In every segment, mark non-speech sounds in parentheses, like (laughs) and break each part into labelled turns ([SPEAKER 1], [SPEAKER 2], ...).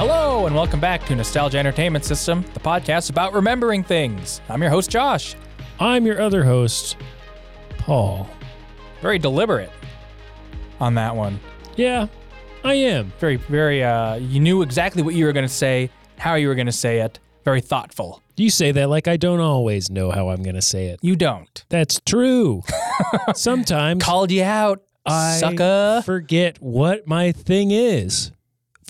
[SPEAKER 1] Hello, and welcome back to Nostalgia Entertainment System, the podcast about remembering things. I'm your host, Josh.
[SPEAKER 2] I'm your other host, Paul.
[SPEAKER 1] Very deliberate on that one.
[SPEAKER 2] Yeah, I am.
[SPEAKER 1] Very, very, uh, you knew exactly what you were going to say, how you were going to say it. Very thoughtful.
[SPEAKER 2] You say that like I don't always know how I'm going to say it.
[SPEAKER 1] You don't.
[SPEAKER 2] That's
[SPEAKER 1] (laughs)
[SPEAKER 2] true. Sometimes
[SPEAKER 1] Called you out,
[SPEAKER 2] I
[SPEAKER 1] sucker.
[SPEAKER 2] forget what my thing is.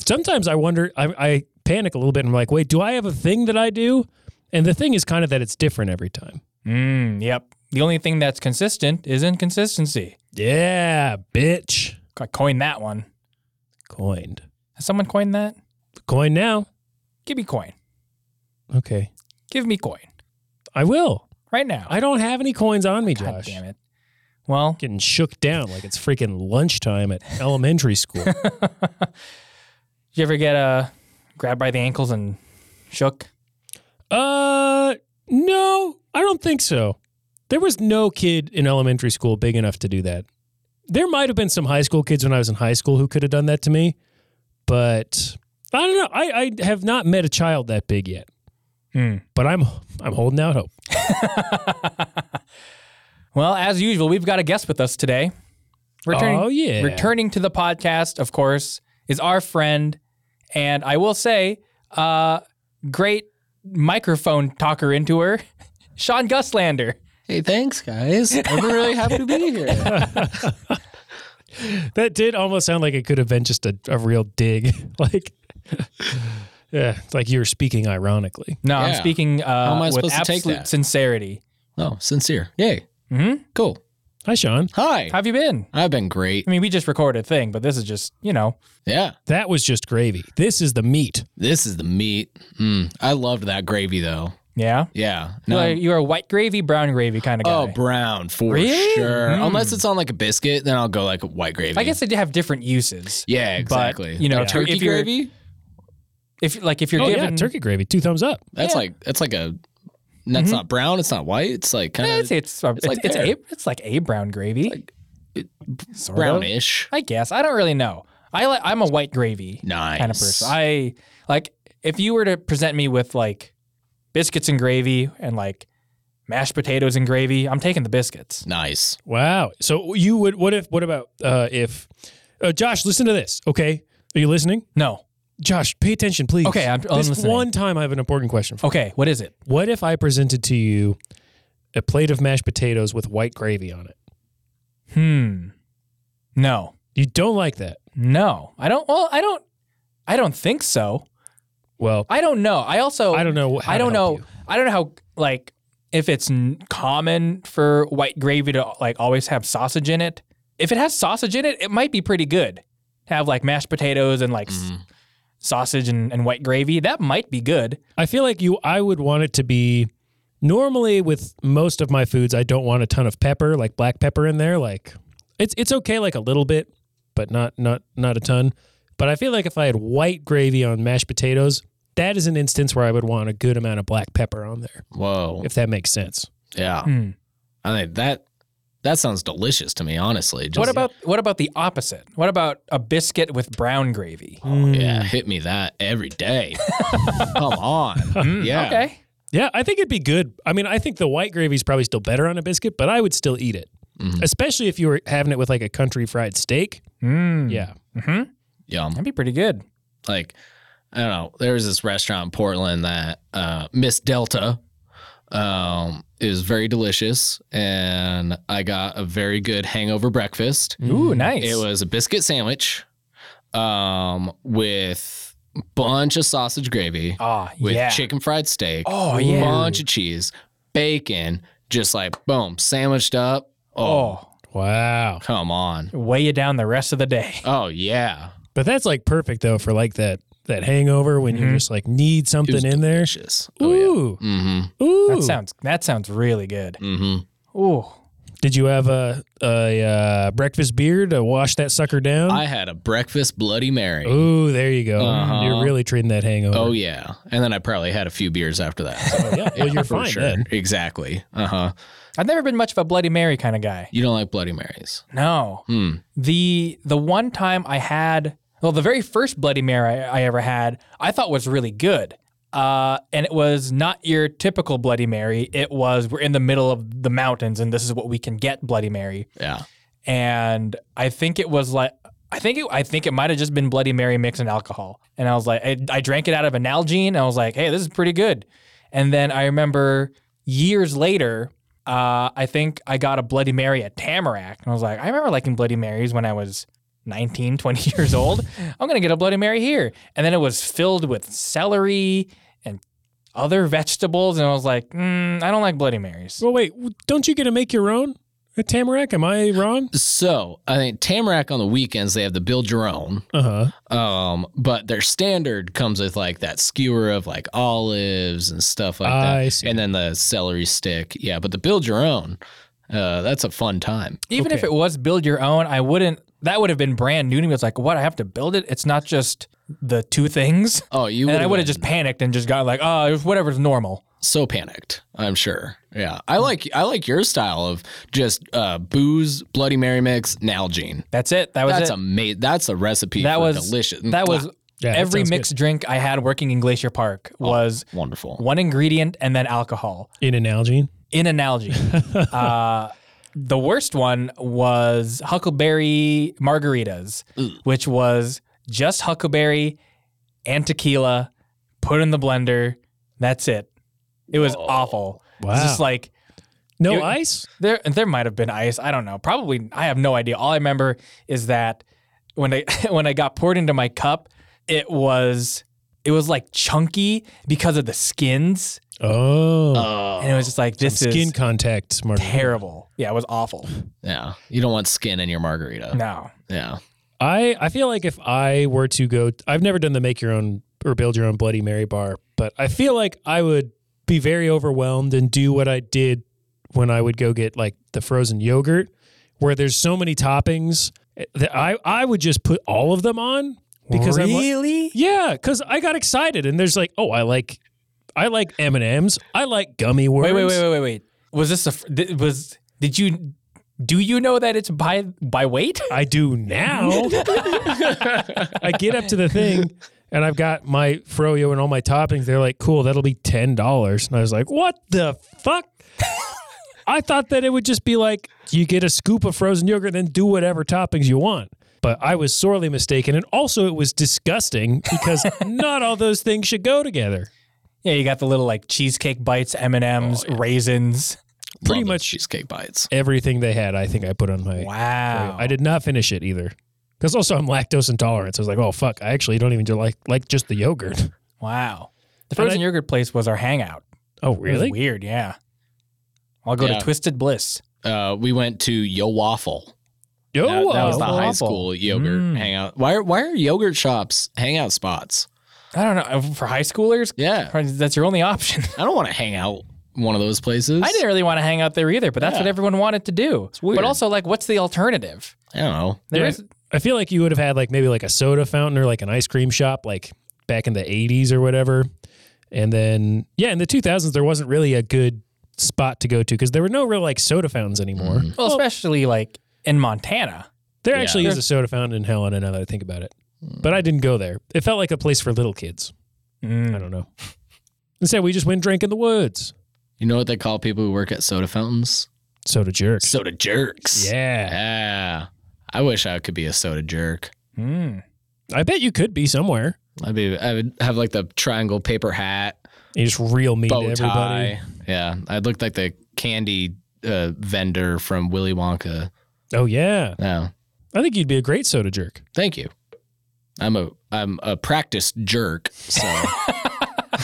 [SPEAKER 2] Sometimes I wonder, I, I panic a little bit and I'm like, wait, do I have a thing that I do? And the thing is kind of that it's different every time.
[SPEAKER 1] Mm, yep. The only thing that's consistent is inconsistency.
[SPEAKER 2] Yeah, bitch.
[SPEAKER 1] I coined that one.
[SPEAKER 2] Coined.
[SPEAKER 1] Has someone coined that?
[SPEAKER 2] Coin now.
[SPEAKER 1] Give me coin.
[SPEAKER 2] Okay.
[SPEAKER 1] Give me coin
[SPEAKER 2] I will.
[SPEAKER 1] right now.
[SPEAKER 2] I don't have any coins on me,
[SPEAKER 1] God
[SPEAKER 2] Josh.
[SPEAKER 1] damn it. Well,
[SPEAKER 2] Getting shook down like it's freaking lunchtime at elementary
[SPEAKER 1] (laughs)
[SPEAKER 2] school.
[SPEAKER 1] Did you ever get uh, grabbed by the ankles and shook?
[SPEAKER 2] Uh, no, I don't think so. There was no kid in elementary school big enough to do that. There might have been some high school kids when I was in high school who could have done that to me, but I don't know. I, I have not met a child that big yet.
[SPEAKER 1] Hmm.
[SPEAKER 2] But I'm I'm holding out hope.
[SPEAKER 1] Well, as usual, we've got a guest with us today. Returning,
[SPEAKER 2] Oh, yeah.
[SPEAKER 1] Returning to the podcast, of course, is our friend, and I will say, uh, great microphone talker into her, (laughs) Sean Guslander.
[SPEAKER 3] Hey,
[SPEAKER 1] (laughs)
[SPEAKER 3] thanks, guys. I'm really happy to be here.
[SPEAKER 2] That did almost sound like it could have been just a, a real dig. (laughs) like, yeah, it's like you were speaking ironically.
[SPEAKER 1] No, I'm
[SPEAKER 3] Yeah.
[SPEAKER 1] speaking uh,
[SPEAKER 3] am I
[SPEAKER 1] with
[SPEAKER 3] supposed to take
[SPEAKER 1] absolute
[SPEAKER 3] that?
[SPEAKER 1] sincerity.
[SPEAKER 3] Oh, sincere. Yay.
[SPEAKER 1] Mhm.
[SPEAKER 3] Cool.
[SPEAKER 2] Hi, Sean.
[SPEAKER 3] Hi.
[SPEAKER 1] How have you been?
[SPEAKER 3] I've been great.
[SPEAKER 1] I mean, we just recorded a thing, but this is just, you know,
[SPEAKER 3] Yeah.
[SPEAKER 2] That was just gravy. This is the meat.
[SPEAKER 3] This is the meat. Mm, I loved that gravy, though.
[SPEAKER 1] yeah.
[SPEAKER 3] Yeah.
[SPEAKER 1] You're,
[SPEAKER 3] No.
[SPEAKER 1] like- you're a white gravy, brown gravy kind of guy.
[SPEAKER 3] Oh, brown for
[SPEAKER 1] Really?
[SPEAKER 3] sure.
[SPEAKER 1] Mm.
[SPEAKER 3] Unless it's on like a biscuit, then I'll go like white gravy.
[SPEAKER 1] I guess they do have different uses.
[SPEAKER 3] Yeah, exactly.
[SPEAKER 1] you know,
[SPEAKER 3] Like
[SPEAKER 1] if you're-
[SPEAKER 3] turkey
[SPEAKER 1] if you're-
[SPEAKER 3] gravy.
[SPEAKER 1] If like if you're
[SPEAKER 2] oh
[SPEAKER 1] given
[SPEAKER 2] yeah, turkey gravy. Two thumbs up.
[SPEAKER 3] That's
[SPEAKER 1] yeah.
[SPEAKER 3] like that's like a. That's not brown. It's not white. It's like
[SPEAKER 1] Eh,
[SPEAKER 3] kind
[SPEAKER 1] it's
[SPEAKER 3] of
[SPEAKER 1] it's it's,
[SPEAKER 3] like
[SPEAKER 1] it's, a
[SPEAKER 3] there.
[SPEAKER 1] it's like a brown gravy.
[SPEAKER 3] like,
[SPEAKER 1] Sort of.
[SPEAKER 3] brownish.
[SPEAKER 1] I guess I don't really know. I like I'm a white gravy
[SPEAKER 3] Nice.
[SPEAKER 1] kind of person. I like if you were to present me with like biscuits and gravy and like mashed potatoes and gravy, I'm taking the biscuits.
[SPEAKER 3] nice.
[SPEAKER 2] Wow. So you would what if what about uh if uh, Josh, listen to this, okay? Are you listening?
[SPEAKER 1] No.
[SPEAKER 2] Josh, pay attention, please.
[SPEAKER 1] Okay, I'm- I'm
[SPEAKER 2] this
[SPEAKER 1] listening.
[SPEAKER 2] one time I have an important question for
[SPEAKER 1] Okay, what is it?
[SPEAKER 2] you. What if I presented to you a plate of mashed potatoes with white gravy on it?
[SPEAKER 1] Hmm. No.
[SPEAKER 2] You don't like that.
[SPEAKER 1] No. I don't well, I don't I don't think so.
[SPEAKER 2] Well,
[SPEAKER 1] I don't know. I also
[SPEAKER 2] I don't know how
[SPEAKER 1] Oh, I
[SPEAKER 2] to
[SPEAKER 1] don't know.
[SPEAKER 2] help you.
[SPEAKER 1] I don't know how like if it's n- common for white gravy to like always have sausage in it. If it has sausage in it, it might be pretty good. Have like mashed potatoes and like s-
[SPEAKER 3] Mm.
[SPEAKER 1] sausage and, and white gravy. That might be good.
[SPEAKER 2] I feel like you I would want it to be normally with most of my foods I don't want a ton of pepper, like black pepper in there, like it's it's okay like a little bit, but not not not a ton. But I feel like if I had white gravy on mashed potatoes, that is an instance where I would want a good amount of black pepper on there,
[SPEAKER 3] Whoa.
[SPEAKER 2] if that makes sense.
[SPEAKER 3] Yeah.
[SPEAKER 1] Hmm.
[SPEAKER 3] I think that that sounds delicious to me, honestly. Just,
[SPEAKER 1] What about what about the opposite? What about a biscuit with brown gravy?
[SPEAKER 2] Mm.
[SPEAKER 3] Yeah, hit me that every day. Come on.
[SPEAKER 1] Mm,
[SPEAKER 3] (laughs) yeah.
[SPEAKER 1] Okay.
[SPEAKER 2] Yeah, I think it'd be good. I mean, I think the white gravy is probably still better on a biscuit, but I would still eat it.
[SPEAKER 3] Mhm.
[SPEAKER 2] Especially if you were having it with like a country fried steak.
[SPEAKER 1] Mm.
[SPEAKER 2] Yeah.
[SPEAKER 1] hmm
[SPEAKER 3] Yum.
[SPEAKER 1] That'd be pretty good.
[SPEAKER 3] Like, I don't know. There was this restaurant in Portland that uh, Miss Delta um, is very delicious, and I got a very good hangover breakfast.
[SPEAKER 1] Ooh, nice.
[SPEAKER 3] Mm-hmm. It was a biscuit sandwich um, with bunch of sausage gravy.
[SPEAKER 1] ah,
[SPEAKER 3] with
[SPEAKER 1] yeah.
[SPEAKER 3] chicken fried steak.
[SPEAKER 1] Oh, yeah.
[SPEAKER 3] bunch of cheese, bacon, just like boom, sandwiched up. Oh,
[SPEAKER 1] oh,
[SPEAKER 2] Wow.
[SPEAKER 3] come on.
[SPEAKER 1] weigh you down the rest of the day. (laughs)
[SPEAKER 3] Oh yeah,
[SPEAKER 2] But But that's like perfect though for like that that hangover when
[SPEAKER 3] Mm-hmm.
[SPEAKER 2] you
[SPEAKER 1] Mhm.
[SPEAKER 2] just like need
[SPEAKER 3] It was
[SPEAKER 2] something in there.
[SPEAKER 3] delicious. Oh, yeah.
[SPEAKER 2] Ooh,
[SPEAKER 3] Mm
[SPEAKER 2] ooh.
[SPEAKER 1] That sounds that sounds really good.
[SPEAKER 3] hmm. Mm hmm.
[SPEAKER 1] Ooh.
[SPEAKER 2] Did you have a a uh, breakfast beer to wash that sucker down?
[SPEAKER 3] I had a breakfast Bloody Mary.
[SPEAKER 2] ooh, there you go.
[SPEAKER 3] Uh-huh.
[SPEAKER 2] You're really treating that hangover. Oh,
[SPEAKER 3] Oh yeah, and then I probably had a few beers after that. So,
[SPEAKER 2] yeah. (laughs)
[SPEAKER 3] (laughs)
[SPEAKER 2] Well, you're
[SPEAKER 3] for
[SPEAKER 2] fine
[SPEAKER 3] sure.
[SPEAKER 2] then.
[SPEAKER 3] Exactly. Uh huh.
[SPEAKER 1] I've never been much of a Bloody Mary kind of guy.
[SPEAKER 3] You don't like Bloody Marys?
[SPEAKER 1] No.
[SPEAKER 3] Hmm.
[SPEAKER 1] The the one time I had well, the very first Bloody Mary I, I ever had, I thought was really good. Uh, and it was not your typical Bloody Mary. It was we're in the middle of the mountains and this is what we can get Bloody Mary.
[SPEAKER 3] Yeah.
[SPEAKER 1] and I think it was like I think it, I think it might have just been Bloody Mary mixed in alcohol. And I was like, I, I drank it out of an Nalgene. And I was like, hey, this is pretty good. And then I remember years later, uh, I think I got a Bloody Mary at Tamarack. And I was like, I remember liking Bloody Marys when I was 19, 20 (laughs) years old. I'm going to get a Bloody Mary here. And then it was filled with celery and other vegetables. And I was like, mm, I don't like Bloody Marys.
[SPEAKER 2] Well, wait. w- Don't you get to make your own at Tamarack? Am I wrong?
[SPEAKER 3] So I think Tamarack on the weekends they have the Build Your Own,
[SPEAKER 2] Uh huh.
[SPEAKER 3] um, but their standard comes with like that skewer of like olives and stuff like that,
[SPEAKER 2] I see.
[SPEAKER 3] and then the celery stick. Yeah, but the Build Your Own, uh, that's a fun time.
[SPEAKER 1] even if
[SPEAKER 2] Okay.
[SPEAKER 1] it was build your own, I wouldn't. That would have been brand new to me. It's like, what? I have to build it. It's not just the two things.
[SPEAKER 3] Oh, you
[SPEAKER 1] And
[SPEAKER 3] would
[SPEAKER 1] I would have just panicked and just got like, oh, it was whatever's normal.
[SPEAKER 3] so panicked. I'm sure. Yeah,
[SPEAKER 1] Hmm.
[SPEAKER 3] I like I like your style of just uh, booze, Bloody Mary mix, Nalgene.
[SPEAKER 1] That's it. That was
[SPEAKER 3] That's
[SPEAKER 1] it.
[SPEAKER 3] amazing. That's a recipe.
[SPEAKER 1] That
[SPEAKER 3] for
[SPEAKER 1] was-
[SPEAKER 3] delicious.
[SPEAKER 1] that was
[SPEAKER 2] Yeah, that
[SPEAKER 1] every
[SPEAKER 2] sounds good. Oh.
[SPEAKER 1] mixed drink I had working in Glacier Park was
[SPEAKER 3] wonderful.
[SPEAKER 1] one ingredient and then alcohol
[SPEAKER 2] in an (laughs) algae.
[SPEAKER 1] in an algae. uh, the worst one was huckleberry margaritas,
[SPEAKER 3] Ugh.
[SPEAKER 1] which was just huckleberry and tequila, put in the blender. That's it. It was
[SPEAKER 3] Whoa.
[SPEAKER 1] awful.
[SPEAKER 2] Wow.
[SPEAKER 1] It's just like
[SPEAKER 2] no
[SPEAKER 1] you-
[SPEAKER 2] ice.
[SPEAKER 1] there there might have been ice. I don't know. Probably I have no idea. All I remember is that when I (laughs) when I got poured into my cup, it was it was like chunky because of the skins.
[SPEAKER 3] Uh,
[SPEAKER 2] Oh,
[SPEAKER 3] Oh,
[SPEAKER 1] And it was just like this
[SPEAKER 2] skin
[SPEAKER 1] is
[SPEAKER 2] contact. Smart.
[SPEAKER 1] terrible. Yeah, it was awful.
[SPEAKER 3] Oh, yeah. You don't want skin in your margarita.
[SPEAKER 1] No.
[SPEAKER 3] Yeah.
[SPEAKER 2] I I feel like if I were to go, I've never done the make your own or build your own Bloody Mary bar, but I feel like I would be very overwhelmed and do what I did when I would go get like the frozen yogurt, where there's so many toppings eh, that I I would just put all of them on because I'm like,
[SPEAKER 1] really
[SPEAKER 2] yeah, because I got excited and there's like, oh, I like. I like M and M's. I like gummy worms.
[SPEAKER 1] wait wait wait wait wait wait was this a fr- di- was did you do you know that it's by by weight? (laughs)
[SPEAKER 2] I do now. I get up to the thing and I've got my froyo and all my toppings. They're like, cool, that'll be ten dollars. And I was like, what the fuck? I thought that it would just be like you get a scoop of frozen yogurt, then do whatever toppings you want. But I was sorely mistaken, and also it was disgusting
[SPEAKER 3] (laughs)
[SPEAKER 2] because not all those things should go together.
[SPEAKER 1] Yeah, you got the little like cheesecake bites, M and M's, raisins.
[SPEAKER 2] Pretty
[SPEAKER 3] Love those
[SPEAKER 2] much-
[SPEAKER 3] cheesecake bites.
[SPEAKER 2] Everything they had, I think I put on my.
[SPEAKER 1] Wow,
[SPEAKER 2] I did not finish it either. Because also I'm lactose intolerant. So I was like, oh fuck, I actually don't even do like like just the yogurt.
[SPEAKER 1] Wow. The
[SPEAKER 2] And I-
[SPEAKER 1] frozen yogurt place was our hangout.
[SPEAKER 2] Oh
[SPEAKER 1] It was
[SPEAKER 2] really?
[SPEAKER 1] weird, yeah. I'll go
[SPEAKER 3] Yeah.
[SPEAKER 1] to Twisted Bliss.
[SPEAKER 3] Uh, we went to Yo Waffle.
[SPEAKER 2] Yo,
[SPEAKER 3] That, that was the
[SPEAKER 1] Yo
[SPEAKER 3] high
[SPEAKER 1] Waffle.
[SPEAKER 3] school yogurt
[SPEAKER 1] Mm.
[SPEAKER 3] hangout. Why are, why are yogurt shops hangout spots?
[SPEAKER 1] I don't know. uh, For high schoolers, uh,
[SPEAKER 3] Yeah.
[SPEAKER 1] that's your only option. (laughs)
[SPEAKER 3] I don't want to hang out one of those places.
[SPEAKER 1] I didn't really want to hang out there either, but that's
[SPEAKER 3] Yeah.
[SPEAKER 1] what everyone wanted to do.
[SPEAKER 3] weird.
[SPEAKER 1] But also, like, what's the alternative?
[SPEAKER 3] I don't know.
[SPEAKER 1] There
[SPEAKER 2] Yeah.
[SPEAKER 1] is
[SPEAKER 2] I feel like you would have had like maybe like a soda fountain or like an ice cream shop like back in the 80s or whatever. And then yeah, in the 2000s there wasn't really a good spot to go to cuz there were no real like soda fountains anymore.
[SPEAKER 3] Mhm.
[SPEAKER 1] well, especially like in Montana.
[SPEAKER 2] There
[SPEAKER 3] Yeah.
[SPEAKER 2] actually is a soda fountain in Helena now that I think about it. But I didn't go there. It felt like a place for little kids. I
[SPEAKER 1] Mm.
[SPEAKER 2] don't know. Instead, we just went drink in the woods.
[SPEAKER 3] You know what they call people who work at soda fountains?
[SPEAKER 2] Soda jerks.
[SPEAKER 3] Soda jerks.
[SPEAKER 2] Yeah.
[SPEAKER 3] Yeah. I wish I could be a soda jerk.
[SPEAKER 1] (laughs) Mm.
[SPEAKER 2] I bet you could be somewhere.
[SPEAKER 3] I'd be. I would have like the triangle paper hat.
[SPEAKER 2] You just real mean to
[SPEAKER 3] bow
[SPEAKER 2] everybody.
[SPEAKER 3] tie. Yeah, I looked like the candy uh, vendor from Willy Wonka.
[SPEAKER 2] Oh yeah.
[SPEAKER 3] No,
[SPEAKER 2] I think you'd be a great soda jerk.
[SPEAKER 3] thank you. I'm a I'm a practiced jerk, so I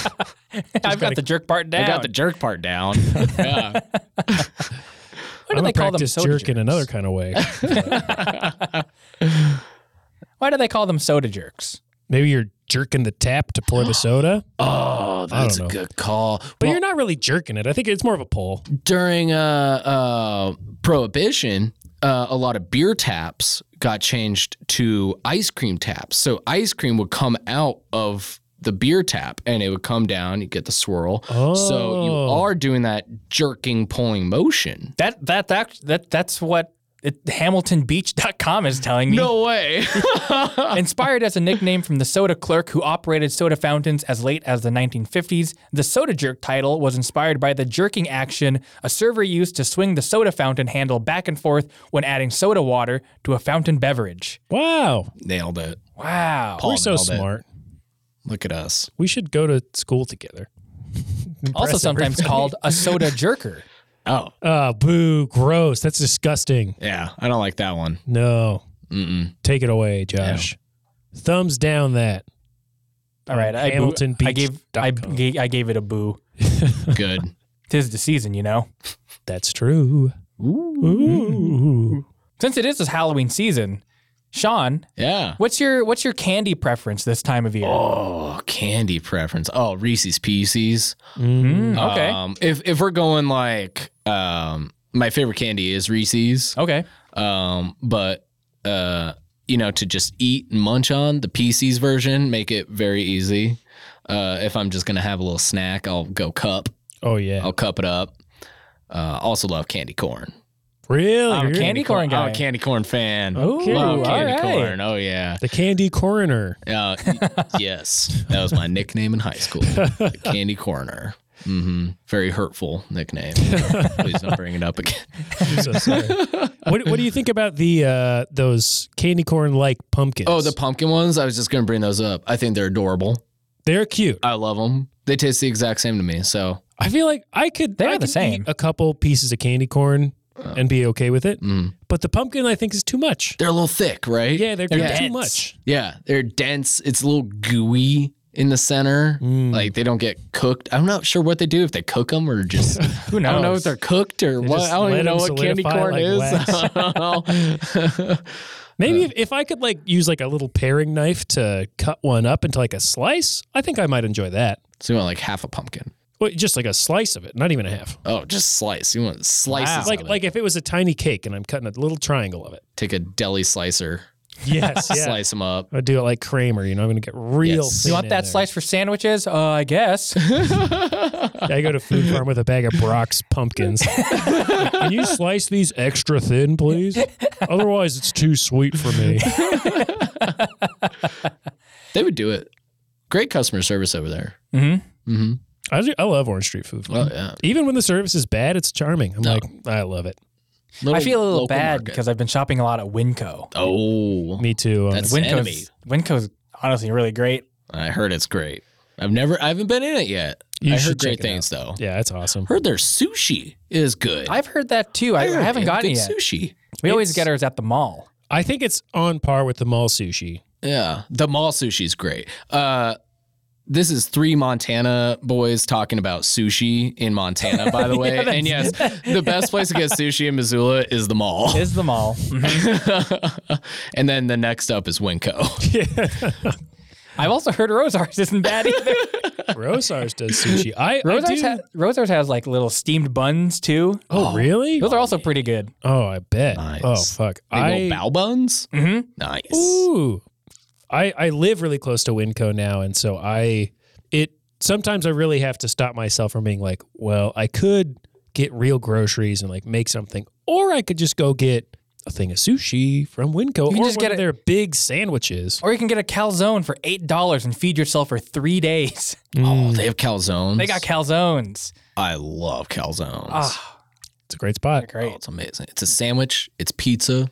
[SPEAKER 1] I've got the jerk part down.
[SPEAKER 3] got the jerk part down. (laughs) yeah.
[SPEAKER 1] what do
[SPEAKER 2] I'm
[SPEAKER 1] they
[SPEAKER 2] a
[SPEAKER 1] call them?
[SPEAKER 2] practice
[SPEAKER 1] Soda
[SPEAKER 2] jerk in
[SPEAKER 1] jerks?
[SPEAKER 2] another kind of way.
[SPEAKER 1] Why do they call them soda jerks?
[SPEAKER 2] Maybe you're jerking the tap to (gasps) pour the soda,
[SPEAKER 3] Oh, that's a
[SPEAKER 2] know.
[SPEAKER 3] good call.
[SPEAKER 2] but
[SPEAKER 3] Well,
[SPEAKER 2] you're not really jerking it. I think it's more of a pull.
[SPEAKER 3] during uh, uh, prohibition, uh, a lot of beer taps got changed to ice cream taps. So ice cream would come out of the beer tap and it would come down. You get the swirl. So you
[SPEAKER 2] Oh.
[SPEAKER 3] are doing that jerking, pulling motion.
[SPEAKER 1] That that that, that that's what it, HamiltonBeach.com is telling me.
[SPEAKER 3] No way.
[SPEAKER 1] (laughs) Inspired as a nickname from the soda clerk who operated soda fountains as late as the 1950s, the soda jerk title was inspired by the jerking action a server used to swing the soda fountain handle back and forth when adding soda water to a fountain beverage.
[SPEAKER 2] Wow,
[SPEAKER 3] (laughs) Nailed it.
[SPEAKER 1] Wow.
[SPEAKER 3] Paul
[SPEAKER 2] we're so
[SPEAKER 3] nailed it.
[SPEAKER 2] smart.
[SPEAKER 3] Look at us.
[SPEAKER 2] We should go to school
[SPEAKER 3] (laughs)
[SPEAKER 2] together.
[SPEAKER 1] also sometimes called a soda jerker.
[SPEAKER 3] Oh,
[SPEAKER 2] Ah, boo, gross. That's disgusting.
[SPEAKER 3] yeah. I don't like that one.
[SPEAKER 2] No,
[SPEAKER 3] Mm-mm.
[SPEAKER 2] take it away, Josh. Thumbs down that.
[SPEAKER 1] (laughs) All right, I, boo-
[SPEAKER 2] Hamilton
[SPEAKER 1] I gave I, gave I gave it a boo.
[SPEAKER 3] Good. (laughs)
[SPEAKER 1] Tis the season, you know.
[SPEAKER 2] That's true. Ooh.
[SPEAKER 1] Since it is this Halloween season, Sean,
[SPEAKER 3] Yeah.
[SPEAKER 1] what's your what's your candy preference this time of year?
[SPEAKER 3] Oh, candy preference. Oh, Reese's Pieces.
[SPEAKER 2] Mm.
[SPEAKER 1] Mm, okay.
[SPEAKER 3] Um, if if we're going like um, my favorite candy is Reese's.
[SPEAKER 1] okay.
[SPEAKER 3] Um, but uh, you know, to just eat and munch on the PC's version, make it very easy. Uh, if I'm just gonna have a little snack, I'll go cup.
[SPEAKER 2] Oh yeah.
[SPEAKER 3] I'll cup it up. Uh, also love candy corn.
[SPEAKER 2] Really?
[SPEAKER 1] I'm a
[SPEAKER 2] You're-
[SPEAKER 1] candy corn guy.
[SPEAKER 3] I'm a candy corn fan.
[SPEAKER 1] Ooh,
[SPEAKER 3] love
[SPEAKER 1] all
[SPEAKER 3] candy
[SPEAKER 1] right.
[SPEAKER 3] corn. Oh yeah.
[SPEAKER 2] The candy
[SPEAKER 3] (laughs)
[SPEAKER 2] coroner.
[SPEAKER 3] Uh,
[SPEAKER 2] (laughs)
[SPEAKER 3] y- yes, that was my nickname in high school, the Candy Corner. hmm Very hurtful nickname. Please don't bring it up again.
[SPEAKER 2] I'm so sorry. what What do you think about the uh, those candy corn like pumpkins?
[SPEAKER 3] Oh, the pumpkin ones. I was just gonna bring those up. I think they're adorable.
[SPEAKER 2] they're cute.
[SPEAKER 3] I love them. They taste the exact same to me. So
[SPEAKER 2] I feel like I could.
[SPEAKER 1] They're
[SPEAKER 2] I
[SPEAKER 1] the
[SPEAKER 2] could
[SPEAKER 1] same.
[SPEAKER 2] eat a couple pieces of candy corn
[SPEAKER 1] Oh.
[SPEAKER 2] and be okay with it.
[SPEAKER 3] mm.
[SPEAKER 2] But the pumpkin, I think, is too much.
[SPEAKER 3] they're a little thick, right?
[SPEAKER 2] Yeah, they're,
[SPEAKER 1] They're
[SPEAKER 2] they're too
[SPEAKER 1] dense.
[SPEAKER 2] much.
[SPEAKER 3] Yeah, they're dense. It's a little gooey in the center.
[SPEAKER 2] Mm.
[SPEAKER 3] Like they don't get cooked. I'm not sure what they do if they cook them or just.
[SPEAKER 1] Who knows?
[SPEAKER 3] I don't know if they're cooked or what.
[SPEAKER 2] just
[SPEAKER 3] I don't
[SPEAKER 2] let
[SPEAKER 3] even know
[SPEAKER 2] them
[SPEAKER 3] what candy corn
[SPEAKER 2] solidify
[SPEAKER 3] is. (laughs)
[SPEAKER 2] (laughs) Maybe if, if I could like use like a little paring knife to cut one up into like a slice, I think I might enjoy that.
[SPEAKER 3] so you want like half a pumpkin.
[SPEAKER 2] Well, just like a slice of it, not even a half.
[SPEAKER 3] Oh, just slice. You want slices.
[SPEAKER 1] Wow.
[SPEAKER 3] of
[SPEAKER 2] Like
[SPEAKER 3] it.
[SPEAKER 2] like if it was a tiny cake and I'm cutting a little triangle of it.
[SPEAKER 3] take a deli slicer,
[SPEAKER 2] Yes, yeah.
[SPEAKER 3] slice them up.
[SPEAKER 2] I do it like Kramer, you know. I'm gonna get real.
[SPEAKER 3] Yes.
[SPEAKER 2] thin
[SPEAKER 1] you want
[SPEAKER 2] in
[SPEAKER 1] that
[SPEAKER 2] there.
[SPEAKER 1] slice for sandwiches? Uh, I guess.
[SPEAKER 3] (laughs)
[SPEAKER 2] I go to Food Farm with a bag of Brock's pumpkins. Can you slice these extra thin, please? Otherwise, it's too sweet for me.
[SPEAKER 3] They would do it. Great customer service over there.
[SPEAKER 1] Mhm.
[SPEAKER 3] Mm-hmm.
[SPEAKER 2] I, do, I love Orange Street Food.
[SPEAKER 3] Oh yeah.
[SPEAKER 2] Even when the service is bad, it's charming. I'm like, I love it.
[SPEAKER 1] I feel a little
[SPEAKER 3] local
[SPEAKER 1] bad
[SPEAKER 3] market.
[SPEAKER 1] because I've been shopping a lot at Winco.
[SPEAKER 3] oh,
[SPEAKER 2] Me too. Um,
[SPEAKER 3] That's- It's an enemy.
[SPEAKER 1] Winco's Winco's honestly really great.
[SPEAKER 3] I heard it's great. I've never, I haven't been in it yet.
[SPEAKER 2] You
[SPEAKER 3] I
[SPEAKER 2] should
[SPEAKER 3] heard great
[SPEAKER 2] check it
[SPEAKER 3] things though.
[SPEAKER 2] yeah, it's awesome.
[SPEAKER 3] Heard their sushi is good.
[SPEAKER 1] I've heard that too. I, I
[SPEAKER 3] heard
[SPEAKER 1] haven't
[SPEAKER 3] they have
[SPEAKER 1] gotten it yet.
[SPEAKER 3] good Sushi.
[SPEAKER 1] We always
[SPEAKER 2] It's-
[SPEAKER 1] get ours at the mall.
[SPEAKER 2] I think it's on par with the mall
[SPEAKER 3] (laughs)
[SPEAKER 2] sushi.
[SPEAKER 3] Yeah, the mall sushi's great. Uh, this is three Montana boys talking about sushi in Montana, by
[SPEAKER 1] (laughs)
[SPEAKER 3] the way. and yes, the best place to get sushi in Missoula is the mall.
[SPEAKER 1] Is the mall?
[SPEAKER 3] (laughs)
[SPEAKER 1] Mhm.
[SPEAKER 3] and then the next up is Winco. (laughs)
[SPEAKER 1] I've also heard Rosars isn't bad
[SPEAKER 3] (laughs)
[SPEAKER 1] either.
[SPEAKER 2] Rosars does sushi. I, I
[SPEAKER 1] Rosars,
[SPEAKER 2] do.
[SPEAKER 1] ha- Rosars has like little steamed buns too.
[SPEAKER 2] oh, really?
[SPEAKER 1] Those are also pretty good.
[SPEAKER 2] Oh, I bet.
[SPEAKER 3] Nice.
[SPEAKER 2] Oh, fuck.
[SPEAKER 3] Big
[SPEAKER 2] I
[SPEAKER 3] old bow buns.
[SPEAKER 1] hmm
[SPEAKER 3] Nice.
[SPEAKER 2] Ooh. I, I live really close to Winco now, and so I it sometimes I really have to stop myself from being like, well, I could get real groceries and like make something, or I could just go get a thing of sushi from Winco,
[SPEAKER 1] You
[SPEAKER 2] or
[SPEAKER 1] just
[SPEAKER 2] one
[SPEAKER 1] get
[SPEAKER 2] of
[SPEAKER 1] a-
[SPEAKER 2] their big sandwiches.
[SPEAKER 1] Or you can get a calzone for eight dollars and feed yourself for three days. (laughs)
[SPEAKER 3] Oh, they have calzones.
[SPEAKER 1] They got calzones.
[SPEAKER 3] I love calzones.
[SPEAKER 1] Ah,
[SPEAKER 2] It's a great spot.
[SPEAKER 3] Oh,
[SPEAKER 1] great.
[SPEAKER 3] it's amazing. It's a sandwich. It's pizza.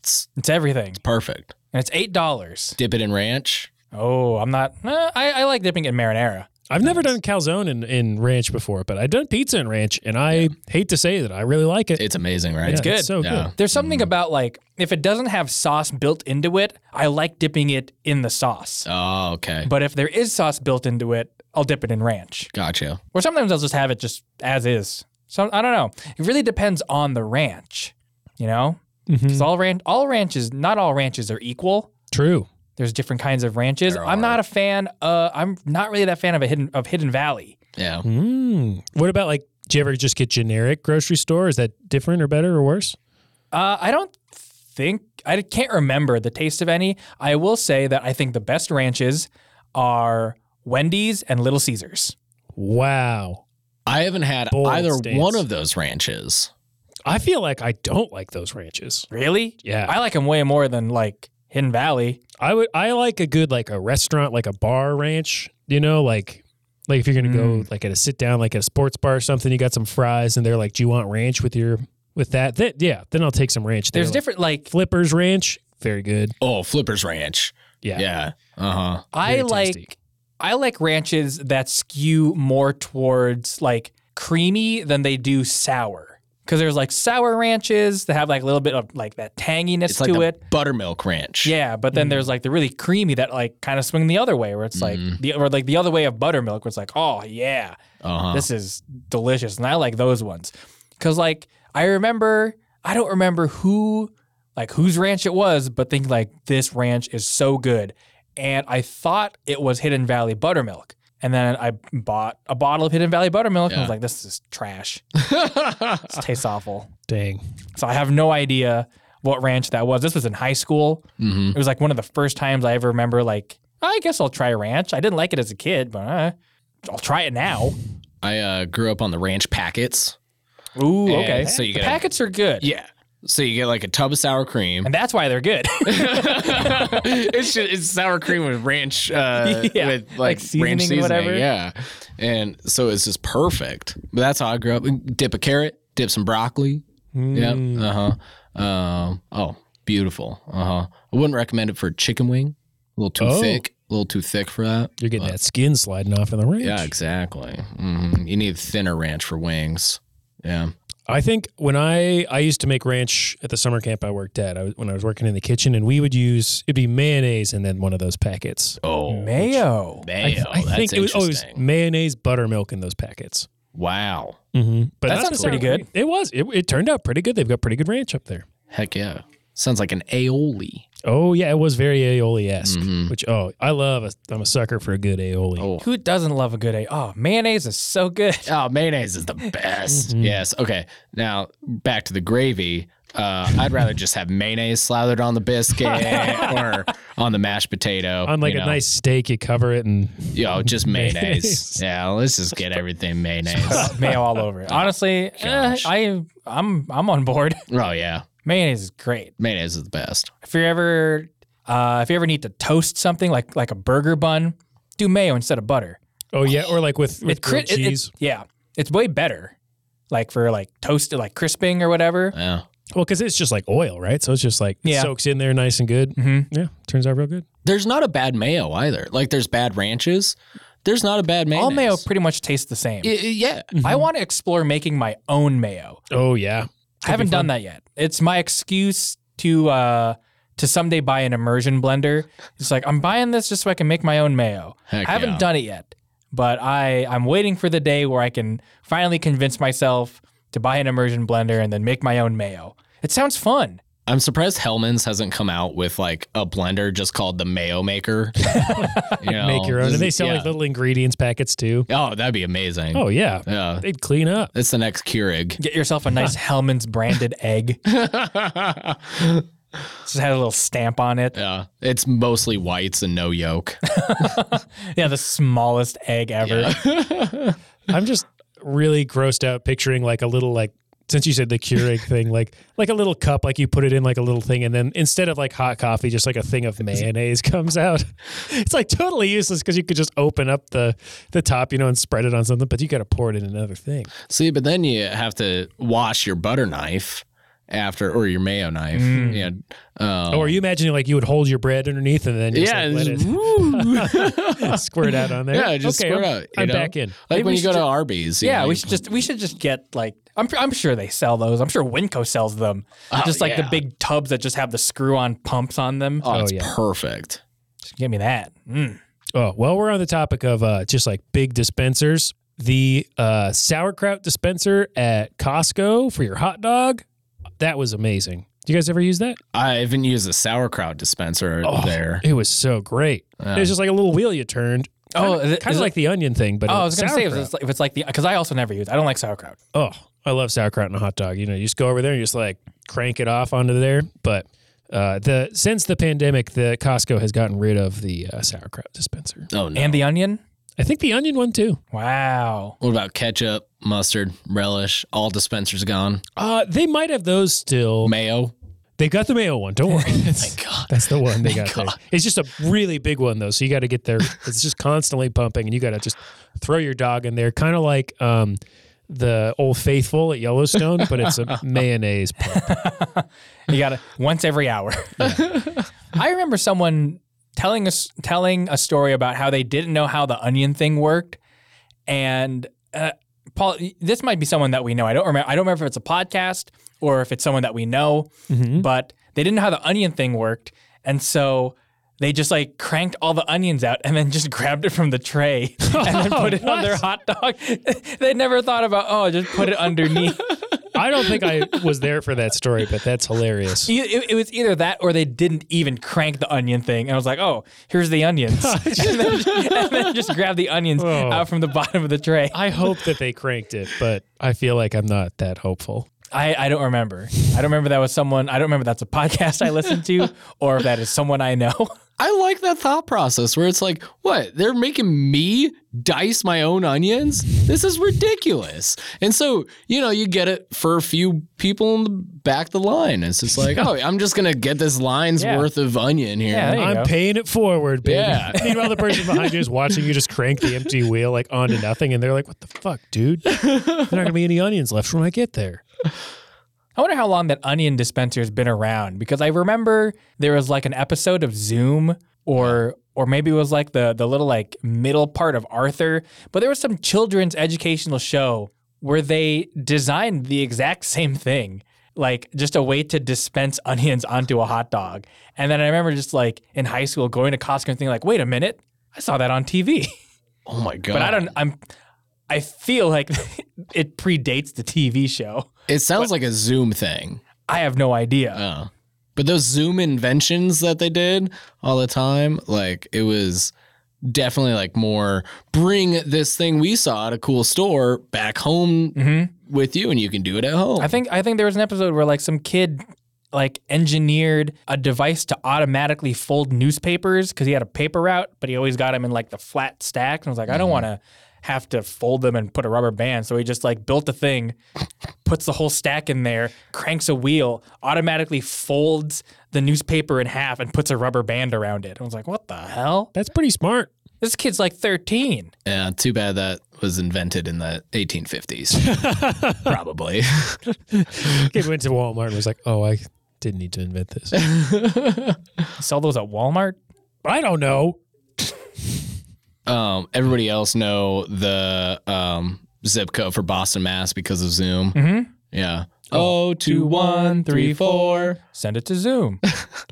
[SPEAKER 1] It's everything,
[SPEAKER 3] Perfect.
[SPEAKER 1] and it's eight dollars.
[SPEAKER 3] Dip it in ranch.
[SPEAKER 1] Oh, I'm not. eh, I, I like dipping it in marinara.
[SPEAKER 2] I've never done calzone in, in ranch before, but I've done pizza in ranch, and I hate to say that I really like it.
[SPEAKER 3] It's amazing, right?
[SPEAKER 2] Yeah,
[SPEAKER 3] It's
[SPEAKER 1] good.
[SPEAKER 2] so
[SPEAKER 3] Yeah.
[SPEAKER 2] good.
[SPEAKER 1] There's something about like if it doesn't have sauce built into it, I like dipping it in the sauce.
[SPEAKER 3] Oh, okay.
[SPEAKER 1] But if there is sauce built into it, I'll dip it in ranch.
[SPEAKER 3] Gotcha.
[SPEAKER 1] Or sometimes I'll just have it just as is. So I don't know. It really depends on the ranch, you know.
[SPEAKER 2] Mhm.
[SPEAKER 1] Mm-hmm. Because all ranch, all ranches, not all ranches are equal.
[SPEAKER 2] True.
[SPEAKER 1] There's different kinds of ranches.
[SPEAKER 3] There
[SPEAKER 1] I'm
[SPEAKER 3] are.
[SPEAKER 1] not a fan. Uh, I'm not really that fan of a hidden of Hidden Valley.
[SPEAKER 3] Yeah.
[SPEAKER 2] Mm. What about like? Do you ever just get generic grocery store? Is that different or better or worse?
[SPEAKER 1] Uh, I don't think I can't remember the taste of any. I will say that I think the best ranches are Wendy's and Little Caesars.
[SPEAKER 2] Wow.
[SPEAKER 3] I haven't had
[SPEAKER 2] Bold
[SPEAKER 3] either
[SPEAKER 2] stance.
[SPEAKER 3] one of those ranches.
[SPEAKER 2] I feel like I don't like those ranches.
[SPEAKER 1] Really?
[SPEAKER 2] Yeah.
[SPEAKER 1] I like them way more than like Hidden Valley.
[SPEAKER 2] I would I like a good like a restaurant, like a bar ranch, you know, like like if you're gonna go like at a sit down, like at a sports bar or something, you got some fries and they're like, Do you want ranch with your with that? Th- yeah, then I'll take some ranch.
[SPEAKER 1] There's
[SPEAKER 2] They're like,
[SPEAKER 1] different like
[SPEAKER 2] Flippers Ranch, very good.
[SPEAKER 3] Oh, Flippers Ranch.
[SPEAKER 2] Yeah.
[SPEAKER 3] Yeah. Uh huh.
[SPEAKER 1] I
[SPEAKER 2] very
[SPEAKER 1] like
[SPEAKER 2] tasty.
[SPEAKER 1] I like ranches that skew more towards like creamy than they do sour. Cause there's like sour ranches that have like a little bit of like that tanginess
[SPEAKER 3] It's like
[SPEAKER 1] to
[SPEAKER 3] a
[SPEAKER 1] it.
[SPEAKER 3] buttermilk ranch.
[SPEAKER 1] Yeah, but then there's like the really creamy that like kind of swing the other way, where it's like the or like the other way of buttermilk, where it's like, oh yeah,
[SPEAKER 3] Uh huh. (laughs)
[SPEAKER 1] this is delicious, and I like those ones because like I remember, I don't remember who like whose ranch it was, but think like this ranch is so good, and I thought it was Hidden Valley buttermilk, and then I bought a bottle of Hidden Valley buttermilk, and I was
[SPEAKER 3] Yeah.
[SPEAKER 1] like, this is trash, this tastes awful,
[SPEAKER 2] Dang.
[SPEAKER 1] so I have no idea what ranch that was. This was in high school.
[SPEAKER 3] hmm
[SPEAKER 1] It was like one of the first times I ever remember like, "Oh, I guess I'll try ranch. I didn't like it as a kid, but uh, I'll try it now.
[SPEAKER 3] I uh, grew up on the ranch packets.
[SPEAKER 1] Ooh,
[SPEAKER 3] Yeah,
[SPEAKER 1] okay.
[SPEAKER 3] so you
[SPEAKER 1] the
[SPEAKER 3] get-
[SPEAKER 1] packets are good.
[SPEAKER 3] Yeah. So you get like a tub of sour cream.
[SPEAKER 1] And that's why they're good.
[SPEAKER 3] (laughs) it's just, it's sour cream with ranch, uh,
[SPEAKER 1] (laughs) Yeah,
[SPEAKER 3] with like,
[SPEAKER 1] like seasoning,
[SPEAKER 3] ranch seasoning,
[SPEAKER 1] whatever.
[SPEAKER 3] yeah. And so it's just perfect. But that's how I grew up. Dip a carrot, dip some broccoli.
[SPEAKER 2] Mm.
[SPEAKER 3] Yeah. Uh huh. Um, oh, beautiful. Uh huh. I wouldn't recommend it for a chicken wing. A little too
[SPEAKER 2] Oh.
[SPEAKER 3] thick. A little too thick for that.
[SPEAKER 2] You're getting that skin sliding off in the ranch.
[SPEAKER 3] Yeah, exactly. hmm You need thinner ranch for wings. Yeah.
[SPEAKER 2] I think when I I used to make ranch at the summer camp I worked at, I was, when I was working in the kitchen, and we would use it'd be mayonnaise and then one of those packets.
[SPEAKER 3] Oh,
[SPEAKER 1] Mayo.
[SPEAKER 3] Mayo.
[SPEAKER 2] I, th- I
[SPEAKER 3] that's
[SPEAKER 2] think it was always
[SPEAKER 3] interesting.
[SPEAKER 2] mayonnaise, buttermilk in those packets.
[SPEAKER 3] wow.
[SPEAKER 2] Mm-hmm. But
[SPEAKER 1] That
[SPEAKER 2] not
[SPEAKER 1] sounds
[SPEAKER 2] the sour
[SPEAKER 1] pretty good.
[SPEAKER 2] cream. It was. It, it turned out pretty good. They've got pretty good ranch up there.
[SPEAKER 3] Heck yeah. Sounds like an aioli.
[SPEAKER 2] Oh yeah, it was very aioli esque.
[SPEAKER 1] Mm-hmm.
[SPEAKER 2] Which oh, I love. A, I'm a sucker for a good aioli.
[SPEAKER 3] Oh.
[SPEAKER 1] Who doesn't love a good A? Oh, mayonnaise is so good. (laughs)
[SPEAKER 3] Oh, mayonnaise is the best.
[SPEAKER 2] Mm-hmm.
[SPEAKER 3] Yes. Okay. Now back to the gravy. Uh, I'd rather just have mayonnaise slathered on
[SPEAKER 2] (laughs)
[SPEAKER 3] the biscuit or on the mashed potato.
[SPEAKER 2] On like
[SPEAKER 3] you
[SPEAKER 2] a
[SPEAKER 3] know.
[SPEAKER 2] nice steak, you cover it and
[SPEAKER 1] oh,
[SPEAKER 3] yo, just mayonnaise.
[SPEAKER 2] (laughs) Mayonnaise.
[SPEAKER 3] yeah, let's just get everything mayonnaise.
[SPEAKER 2] (laughs)
[SPEAKER 1] Mayo all over it. Honestly, eh,
[SPEAKER 3] gosh.
[SPEAKER 1] I I'm I'm on board. (laughs)
[SPEAKER 3] oh yeah,
[SPEAKER 1] Mayonnaise is great.
[SPEAKER 3] mayonnaise is the best.
[SPEAKER 1] If you're ever uh, if you ever need to toast something like like a burger bun, do mayo instead of butter.
[SPEAKER 2] oh yeah, or like with with
[SPEAKER 1] It cri-
[SPEAKER 2] grilled
[SPEAKER 1] it- it-
[SPEAKER 2] cheese.
[SPEAKER 1] yeah, it's way better. Like for like toasted, like crisping or whatever.
[SPEAKER 3] Yeah.
[SPEAKER 2] well, because it's just like oil, right? So it's just like
[SPEAKER 1] Yeah.
[SPEAKER 2] soaks in there nice and good.
[SPEAKER 1] Mhm.
[SPEAKER 2] Yeah, turns out real good.
[SPEAKER 3] There's not a bad mayo either. Like there's bad ranches. There's not a bad mayonnaise.
[SPEAKER 1] All mayo pretty much tastes the same.
[SPEAKER 3] I- I- yeah.
[SPEAKER 1] I
[SPEAKER 2] Mm-hmm.
[SPEAKER 1] want to explore making my own mayo.
[SPEAKER 2] Oh yeah,
[SPEAKER 1] I haven't done that yet. It's my excuse to uh to someday buy an immersion blender. It's like I'm buying this just so I can make my own mayo.
[SPEAKER 3] Heck
[SPEAKER 1] I haven't
[SPEAKER 3] yeah.
[SPEAKER 1] done it yet, but I I'm waiting for the day where I can finally convince myself to buy an immersion blender and then make my own mayo. It sounds fun.
[SPEAKER 3] I'm surprised Hellman's hasn't come out with like a blender just called the
[SPEAKER 2] (laughs)
[SPEAKER 3] Mayo Maker. You know?
[SPEAKER 2] make your own, and they sell like
[SPEAKER 3] Yeah.
[SPEAKER 2] little ingredients packets too.
[SPEAKER 3] Oh, that'd be amazing.
[SPEAKER 2] Oh yeah,
[SPEAKER 3] Yeah.
[SPEAKER 2] they'd clean up.
[SPEAKER 3] It's the next (laughs) Keurig.
[SPEAKER 1] Get yourself a nice Hellman's
[SPEAKER 2] (laughs)
[SPEAKER 1] branded egg. Just had a little stamp on it.
[SPEAKER 3] yeah. It's mostly whites and no yolk.
[SPEAKER 1] Yeah, the smallest egg ever.
[SPEAKER 2] I'm just really grossed out picturing like a little like since you said the
[SPEAKER 3] (laughs)
[SPEAKER 2] Keurig thing, like like a little cup, like you put it in like a little thing, and then instead of like hot coffee, just like a thing of mayonnaise (laughs) comes out. It's like totally useless because you could just open up the the top, you know, and spread it on something, but you got to pour it in another thing.
[SPEAKER 3] See, but then you have to wash your butter knife after or your mayo knife. Yeah. Um,
[SPEAKER 2] Mm. Or are you imagining like you would hold your bread underneath and then just
[SPEAKER 3] yeah,
[SPEAKER 2] like,
[SPEAKER 3] (laughs) just-
[SPEAKER 2] let it (laughs) squirt out on (laughs) there?
[SPEAKER 3] yeah, just
[SPEAKER 2] okay,
[SPEAKER 3] squirt
[SPEAKER 2] I'm,
[SPEAKER 3] out, you
[SPEAKER 2] I'm
[SPEAKER 3] know?
[SPEAKER 2] back in.
[SPEAKER 3] like
[SPEAKER 1] Maybe
[SPEAKER 3] when
[SPEAKER 1] we
[SPEAKER 3] you go
[SPEAKER 1] should
[SPEAKER 3] to Arby's. you
[SPEAKER 1] Yeah,
[SPEAKER 3] know,
[SPEAKER 1] we
[SPEAKER 3] you-
[SPEAKER 1] should just we should just get like I'm I'm sure they sell those. I'm sure Winco sells them. just like the
[SPEAKER 3] Oh, uh, yeah.
[SPEAKER 1] big tubs that just have the screw-on pumps on them.
[SPEAKER 3] Oh, it's
[SPEAKER 2] Oh, yeah.
[SPEAKER 3] perfect.
[SPEAKER 1] Just give me that. Mm.
[SPEAKER 2] Oh, well, we're on the topic of uh, just like big dispensers. The uh, sauerkraut dispenser at Costco for your hot dog, that was amazing. Do you guys ever use that?
[SPEAKER 3] I even used a sauerkraut dispenser
[SPEAKER 2] Oh, (laughs)
[SPEAKER 3] there.
[SPEAKER 2] It was so great.
[SPEAKER 3] Yeah.
[SPEAKER 2] It was just like a little wheel you turned.
[SPEAKER 1] Oh,
[SPEAKER 2] kind
[SPEAKER 1] is
[SPEAKER 2] of,
[SPEAKER 1] it- is it-
[SPEAKER 2] like the onion thing, but
[SPEAKER 1] Oh, I
[SPEAKER 2] it's
[SPEAKER 1] was gonna say if
[SPEAKER 2] sauerkraut.
[SPEAKER 1] it's, like, if it's like the because I also never use. I don't like sauerkraut.
[SPEAKER 2] oh, I love sauerkraut and a hot dog. You know, you just go over there and you just like crank it off onto there. But uh, the since the pandemic, the Costco has gotten rid of the uh, sauerkraut dispenser.
[SPEAKER 3] Oh no.
[SPEAKER 1] And the onion.
[SPEAKER 2] I think the onion one too.
[SPEAKER 1] Wow.
[SPEAKER 3] what about ketchup, mustard, relish? All dispensers gone.
[SPEAKER 2] Uh, they might have those still.
[SPEAKER 3] Mayo.
[SPEAKER 2] They got the mayo one. Don't worry. That's,
[SPEAKER 3] Thank God.
[SPEAKER 2] (laughs) that's the one they got.
[SPEAKER 3] Thank
[SPEAKER 2] there.
[SPEAKER 3] God.
[SPEAKER 2] It's just a really big one though, so you got to get there. It's just constantly pumping, and you got to just throw your dog in there, kind of like um, the Old Faithful at Yellowstone, but it's a mayonnaise pump.
[SPEAKER 1] You got to once every hour. I remember someone telling us telling a story about how they didn't know how the onion thing worked, and uh, Paul, this might be someone that we know. I don't remember. I don't remember if it's a podcast or if it's someone that we know,
[SPEAKER 2] Hmm.
[SPEAKER 1] but they didn't know how the onion thing worked, and so. They just like cranked all the onions out and then just (laughs) grabbed it from the tray and then put it on their hot dog. (laughs) they never thought about, oh, just put it underneath.
[SPEAKER 2] I don't think I was there for that story, but that's
[SPEAKER 1] (laughs)
[SPEAKER 2] hilarious.
[SPEAKER 1] E- It, it was either that or they didn't even crank the onion thing. And I was like, oh, here's the onions. (laughs) and, then, and then just grab the onions
[SPEAKER 2] Oh.
[SPEAKER 1] out from the bottom of the tray.
[SPEAKER 2] I hope that they cranked it, but I feel like I'm not that hopeful.
[SPEAKER 1] I, I don't remember. I don't remember that was someone, I don't remember that's a podcast I listened to or if that is someone I know.
[SPEAKER 3] I like that thought process where it's like, what? They're making me dice my own onions? This is ridiculous. And so, you know, you get it for a few people in the back of the line. It's just like, oh, I'm just going to get this line's
[SPEAKER 1] Yeah.
[SPEAKER 3] worth of onion here.
[SPEAKER 1] Yeah, There you
[SPEAKER 2] I'm
[SPEAKER 1] go.
[SPEAKER 2] paying it forward, baby. (laughs)
[SPEAKER 3] Yeah.
[SPEAKER 2] Meanwhile, the person behind you is watching you just crank the empty wheel like onto nothing, and they're like, "What the fuck, dude? There's not gonna be any onions left when I get there."
[SPEAKER 1] I wonder how long that onion dispenser has been around because I remember there was like an episode of Zoom or or maybe it was like the the little like middle part of Arthur, but there was some children's educational show where they designed the exact same thing. Like just a way to dispense (laughs) onions onto a hot dog. And then I remember just like in high school going to Costco and thinking like, wait a minute, I saw that on TV.
[SPEAKER 3] Oh my
[SPEAKER 1] (laughs)
[SPEAKER 3] God.
[SPEAKER 1] But I don't I'm I feel like (laughs) it predates the TV show.
[SPEAKER 3] It sounds like a Zoom thing.
[SPEAKER 1] I have no idea.
[SPEAKER 3] Oh. But those Zoom inventions that they did all the time, like it was definitely like more bring this thing we saw at a cool store back home
[SPEAKER 1] Mm-hmm.
[SPEAKER 3] with you and you can do it at home.
[SPEAKER 1] I think I think there was an episode where like some kid like engineered a device to automatically fold newspapers because he had a paper route, but he always got them in like the flat stacks. And I was like, I
[SPEAKER 2] Mm-hmm.
[SPEAKER 1] don't want to have to fold them and put a rubber band. So he just like built a thing, puts the whole stack in there, cranks a wheel, automatically folds the newspaper in half and puts a rubber band around it. I was like, what the hell?
[SPEAKER 2] That's pretty
[SPEAKER 1] (laughs)
[SPEAKER 2] smart.
[SPEAKER 1] This kid's like 13.
[SPEAKER 3] Yeah, Uh, too bad that was invented in the (laughs) 1850s. Probably. (laughs)
[SPEAKER 2] Kid went to Walmart and was like, "Oh, I didn't need to invent this."
[SPEAKER 1] Sell those at Walmart?
[SPEAKER 2] I don't know.
[SPEAKER 3] Um, everybody else know the um, zip code for Boston, Mass because of Zoom.
[SPEAKER 1] Mhm.
[SPEAKER 3] Yeah. Oh, two, one, three, four.
[SPEAKER 1] Send it to Zoom.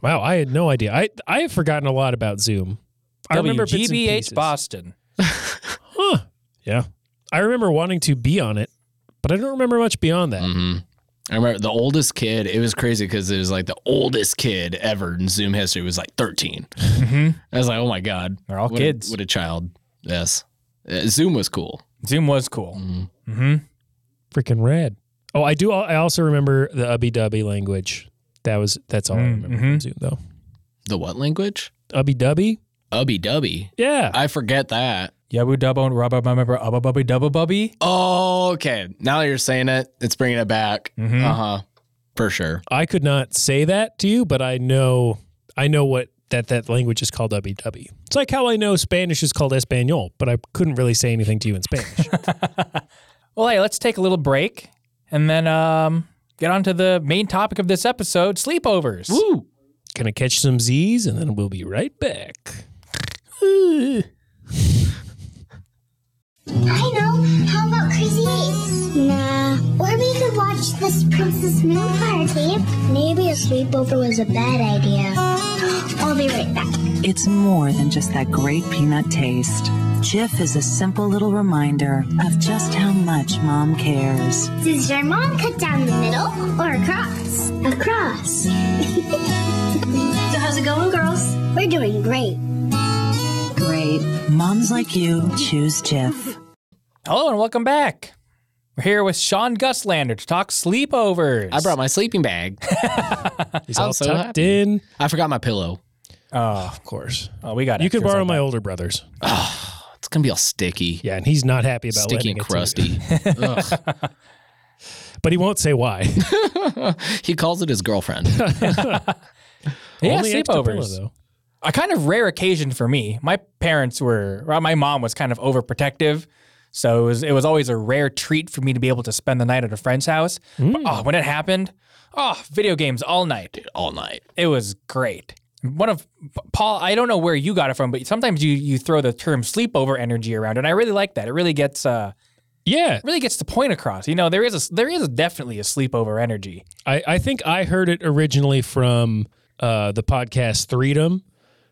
[SPEAKER 2] Wow, I had no idea. I I have forgotten a lot about Zoom. (laughs) I remember bits and pieces.
[SPEAKER 1] WGBH Boston.
[SPEAKER 2] Huh. Yeah. I remember wanting to be on it, but I don't remember much beyond that.
[SPEAKER 3] hmm I remember the oldest kid. It was crazy because it was like the oldest kid ever in Zoom history was like 13.
[SPEAKER 2] Mm-hmm.
[SPEAKER 1] hmm
[SPEAKER 3] I was like, oh my god,
[SPEAKER 1] They're all
[SPEAKER 3] what
[SPEAKER 1] kids.
[SPEAKER 3] A, what a child. Yes. Uh, Zoom was cool.
[SPEAKER 1] Zoom was cool.
[SPEAKER 3] Mhm.
[SPEAKER 1] hmm
[SPEAKER 2] Freaking rad. Oh, I do. al- I also remember the ubby dubby language. That was that's all I
[SPEAKER 1] Mm,
[SPEAKER 2] remember
[SPEAKER 3] mm-hmm.
[SPEAKER 2] from
[SPEAKER 1] mhm.
[SPEAKER 2] Zoom though.
[SPEAKER 3] The what language?
[SPEAKER 2] Ubby dubby.
[SPEAKER 3] Ubby dubby.
[SPEAKER 2] Yeah.
[SPEAKER 3] I forget that.
[SPEAKER 1] Yabu dubbo rubba remember ubba bubby dubba bubby.
[SPEAKER 3] Oh, okay. Now that you're saying it, it's bringing it back.
[SPEAKER 1] Mhm.
[SPEAKER 2] Mm-hmm.
[SPEAKER 3] Uh huh. For sure.
[SPEAKER 2] I could not say that to you, but I know I know what that that language is called ubby dubby. It's like how I know Spanish is called español, but I couldn't really say anything to you in
[SPEAKER 3] (laughs)
[SPEAKER 2] Spanish.
[SPEAKER 3] Ah.
[SPEAKER 1] (laughs) Well, hey, let's take a little break and then um, get on to the main topic of this episode: sleepovers.
[SPEAKER 3] Woo.
[SPEAKER 2] Gonna catch some Z's and then we'll be right
[SPEAKER 3] (laughs)
[SPEAKER 2] back.
[SPEAKER 4] I know. How about Crazy Eights? Nah. Or we could watch this Princess Moonfire tape. Maybe a sleepover was a bad idea. (gasps) I'll be right back.
[SPEAKER 5] It's more than just that great peanut taste. Jif is a simple little reminder of just how much mom cares.
[SPEAKER 4] Does your mom cut down the middle or across? Across. (laughs) so how's it going, girls? We're doing great.
[SPEAKER 5] Great. Moms like you choose Jif.
[SPEAKER 1] Hello and welcome back. We're here with Sean Guslander to talk sleepovers.
[SPEAKER 3] I brought my
[SPEAKER 2] (laughs)
[SPEAKER 3] sleeping bag.
[SPEAKER 2] He's
[SPEAKER 3] I'm
[SPEAKER 2] all
[SPEAKER 3] so
[SPEAKER 2] tucked
[SPEAKER 3] happy.
[SPEAKER 2] in.
[SPEAKER 3] I forgot my pillow.
[SPEAKER 1] Oh,
[SPEAKER 2] Of course.
[SPEAKER 1] oh, we got.
[SPEAKER 2] You can
[SPEAKER 1] extras
[SPEAKER 2] borrow
[SPEAKER 1] on
[SPEAKER 2] my
[SPEAKER 1] that.
[SPEAKER 2] older brother's.
[SPEAKER 3] It's gonna be all sticky,
[SPEAKER 2] Yeah, and he's not happy about letting
[SPEAKER 3] sticky and
[SPEAKER 2] it to
[SPEAKER 3] crusty.
[SPEAKER 2] (laughs)
[SPEAKER 3] Ugh.
[SPEAKER 2] you. But he won't say
[SPEAKER 3] (laughs)
[SPEAKER 2] why.
[SPEAKER 3] he calls it his girlfriend. (laughs)
[SPEAKER 1] Yeah,
[SPEAKER 2] Only extra pillow,
[SPEAKER 1] sleepovers.
[SPEAKER 2] though.
[SPEAKER 1] a kind of rare occasion for me. My parents were, well, my mom was kind of overprotective. So it was, it was always a rare treat for me to be able to spend the night at a friend's house. But oh, when it happened, oh, video games all night.
[SPEAKER 3] all night.
[SPEAKER 1] It was great. One of Paul, I don't know where you got it from, but sometimes you you throw the term sleepover energy around, and I really like that. It really gets uh
[SPEAKER 2] Yeah,
[SPEAKER 1] really gets the point across. You know, there is a there is definitely a sleepover energy.
[SPEAKER 2] I, I think I heard it originally from uh, the podcast Threedom.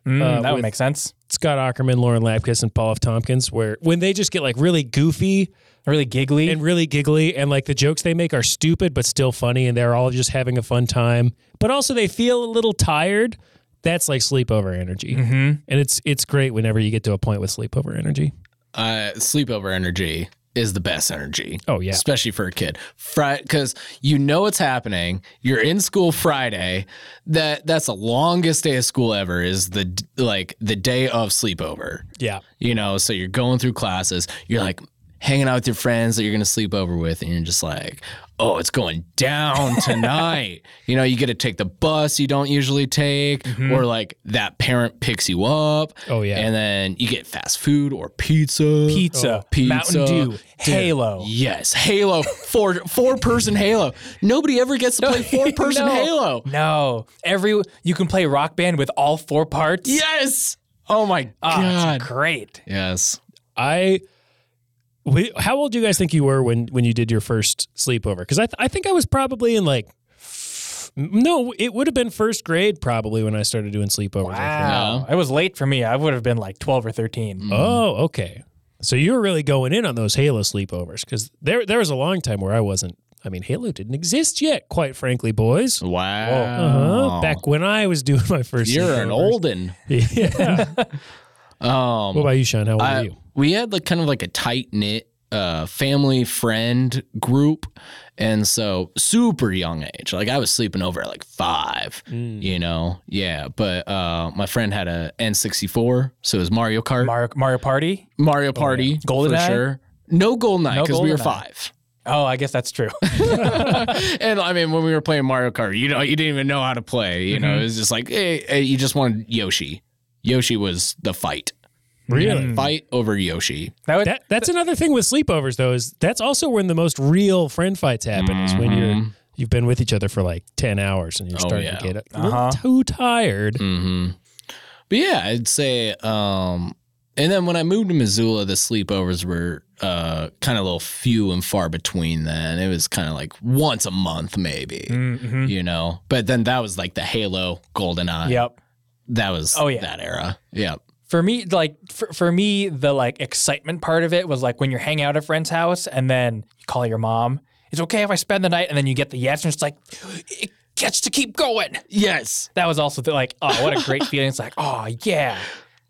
[SPEAKER 1] Mm,
[SPEAKER 2] Uh,
[SPEAKER 1] that would
[SPEAKER 2] with-
[SPEAKER 1] make sense.
[SPEAKER 2] Scott Ackerman, Lauren Lapkus, and Paul F. Tompkins, where when they just get like really goofy
[SPEAKER 1] Really giggly.
[SPEAKER 2] and really giggly, and like the jokes they make are stupid but still funny, and they're all just having a fun time, but also they feel a little tired. That's like sleepover energy, mm-hmm. and it's it's great whenever you get to a point with sleepover energy.
[SPEAKER 3] Uh, sleepover energy is the best energy.
[SPEAKER 2] Oh, yeah.
[SPEAKER 3] especially for a kid. Friday, because you know it's happening. You're in school Friday. That that's the longest day of school ever. Is the d- like the day of sleepover.
[SPEAKER 2] Yeah,
[SPEAKER 3] You know, so you're going through classes. You're like hanging out with your friends that you're gonna sleep over with, and you're just like, oh, it's going
[SPEAKER 1] (laughs)
[SPEAKER 3] down tonight. you know, you get to take the bus you don't usually take,
[SPEAKER 1] Mm-hmm.
[SPEAKER 3] or like that parent picks you up.
[SPEAKER 2] Oh, yeah.
[SPEAKER 3] and then you get fast food or pizza. Oh,
[SPEAKER 1] pizza,
[SPEAKER 3] pizza,
[SPEAKER 1] Mountain Dew,
[SPEAKER 3] dude.
[SPEAKER 1] Halo.
[SPEAKER 3] Yes, Halo four
[SPEAKER 1] (laughs)
[SPEAKER 3] four person Halo. Nobody ever gets to play four person
[SPEAKER 1] No.
[SPEAKER 3] Halo.
[SPEAKER 1] (laughs) No, every you can play Rock Band with all four parts.
[SPEAKER 3] Yes. Oh my
[SPEAKER 1] Ah, it's
[SPEAKER 3] god.
[SPEAKER 1] great.
[SPEAKER 3] Yes.
[SPEAKER 2] I. We, how old do you guys think you were when when you did your first sleepover? Because I th- I think I was probably in like. f- No, it would have been first grade probably when I started doing sleepovers. I think.
[SPEAKER 1] Wow, it was late for me. I would have been like twelve or thirteen.
[SPEAKER 2] Oh, okay. So you were really going in on those Halo sleepovers because there there was a long time where I wasn't. I mean, Halo didn't exist yet, quite frankly, boys.
[SPEAKER 3] Wow.
[SPEAKER 2] Uh-huh. Back when I was doing my first.
[SPEAKER 3] You're an
[SPEAKER 2] sleepovers.
[SPEAKER 3] olden.
[SPEAKER 2] (laughs) yeah.
[SPEAKER 3] Um
[SPEAKER 2] what about you, Sean? How old
[SPEAKER 3] I-
[SPEAKER 2] are you?
[SPEAKER 3] we had like kind of like a tight knit uh family friend group and so super young age like i was sleeping over at like five
[SPEAKER 2] Mm.
[SPEAKER 3] you know yeah but uh my friend had a n64 so it was mario kart
[SPEAKER 1] Mario, Mario Party.
[SPEAKER 2] Oh,
[SPEAKER 3] mario party
[SPEAKER 1] Goldeneye?
[SPEAKER 3] for sure no golden
[SPEAKER 1] No
[SPEAKER 3] because we were
[SPEAKER 1] Goldeneye.
[SPEAKER 3] five
[SPEAKER 1] Oh, I guess that's true.
[SPEAKER 3] (laughs) and I mean, when we were playing Mario Kart, you know, you didn't even know how to play. You
[SPEAKER 1] Mm-hmm.
[SPEAKER 3] know, it was just like eh, eh, you just wanted Yoshi. Yoshi was the fight,
[SPEAKER 2] Really?
[SPEAKER 3] fight over Yoshi.
[SPEAKER 1] That would,
[SPEAKER 2] That that's another thing with sleepovers though is that's also when the most real friend fights happen is when you're you've been with each other for like ten hours and you're
[SPEAKER 3] Mm-hmm. Oh,
[SPEAKER 2] starting
[SPEAKER 3] yeah.
[SPEAKER 2] to get a
[SPEAKER 1] Uh-huh.
[SPEAKER 2] little too tired.
[SPEAKER 3] hmm But yeah, I'd say. um And then when I moved to Missoula, the sleepovers were uh kind of a little few and far between. Then it was kind of like once a month, maybe.
[SPEAKER 1] Mhm.
[SPEAKER 3] You know, but then that was like the Halo Golden Eye.
[SPEAKER 1] Yep.
[SPEAKER 3] that was.
[SPEAKER 1] Oh, yeah.
[SPEAKER 3] that era. Yep.
[SPEAKER 1] For me, like for, for me, the like excitement part of it was like when you're hanging out at a friend's house and then you call your mom. It's okay if I spend the night, and then you get the yes, and it's like it gets to keep going.
[SPEAKER 3] Yes.
[SPEAKER 1] That was also the, like, oh, what a great
[SPEAKER 2] (laughs)
[SPEAKER 1] feeling! It's like, oh yeah,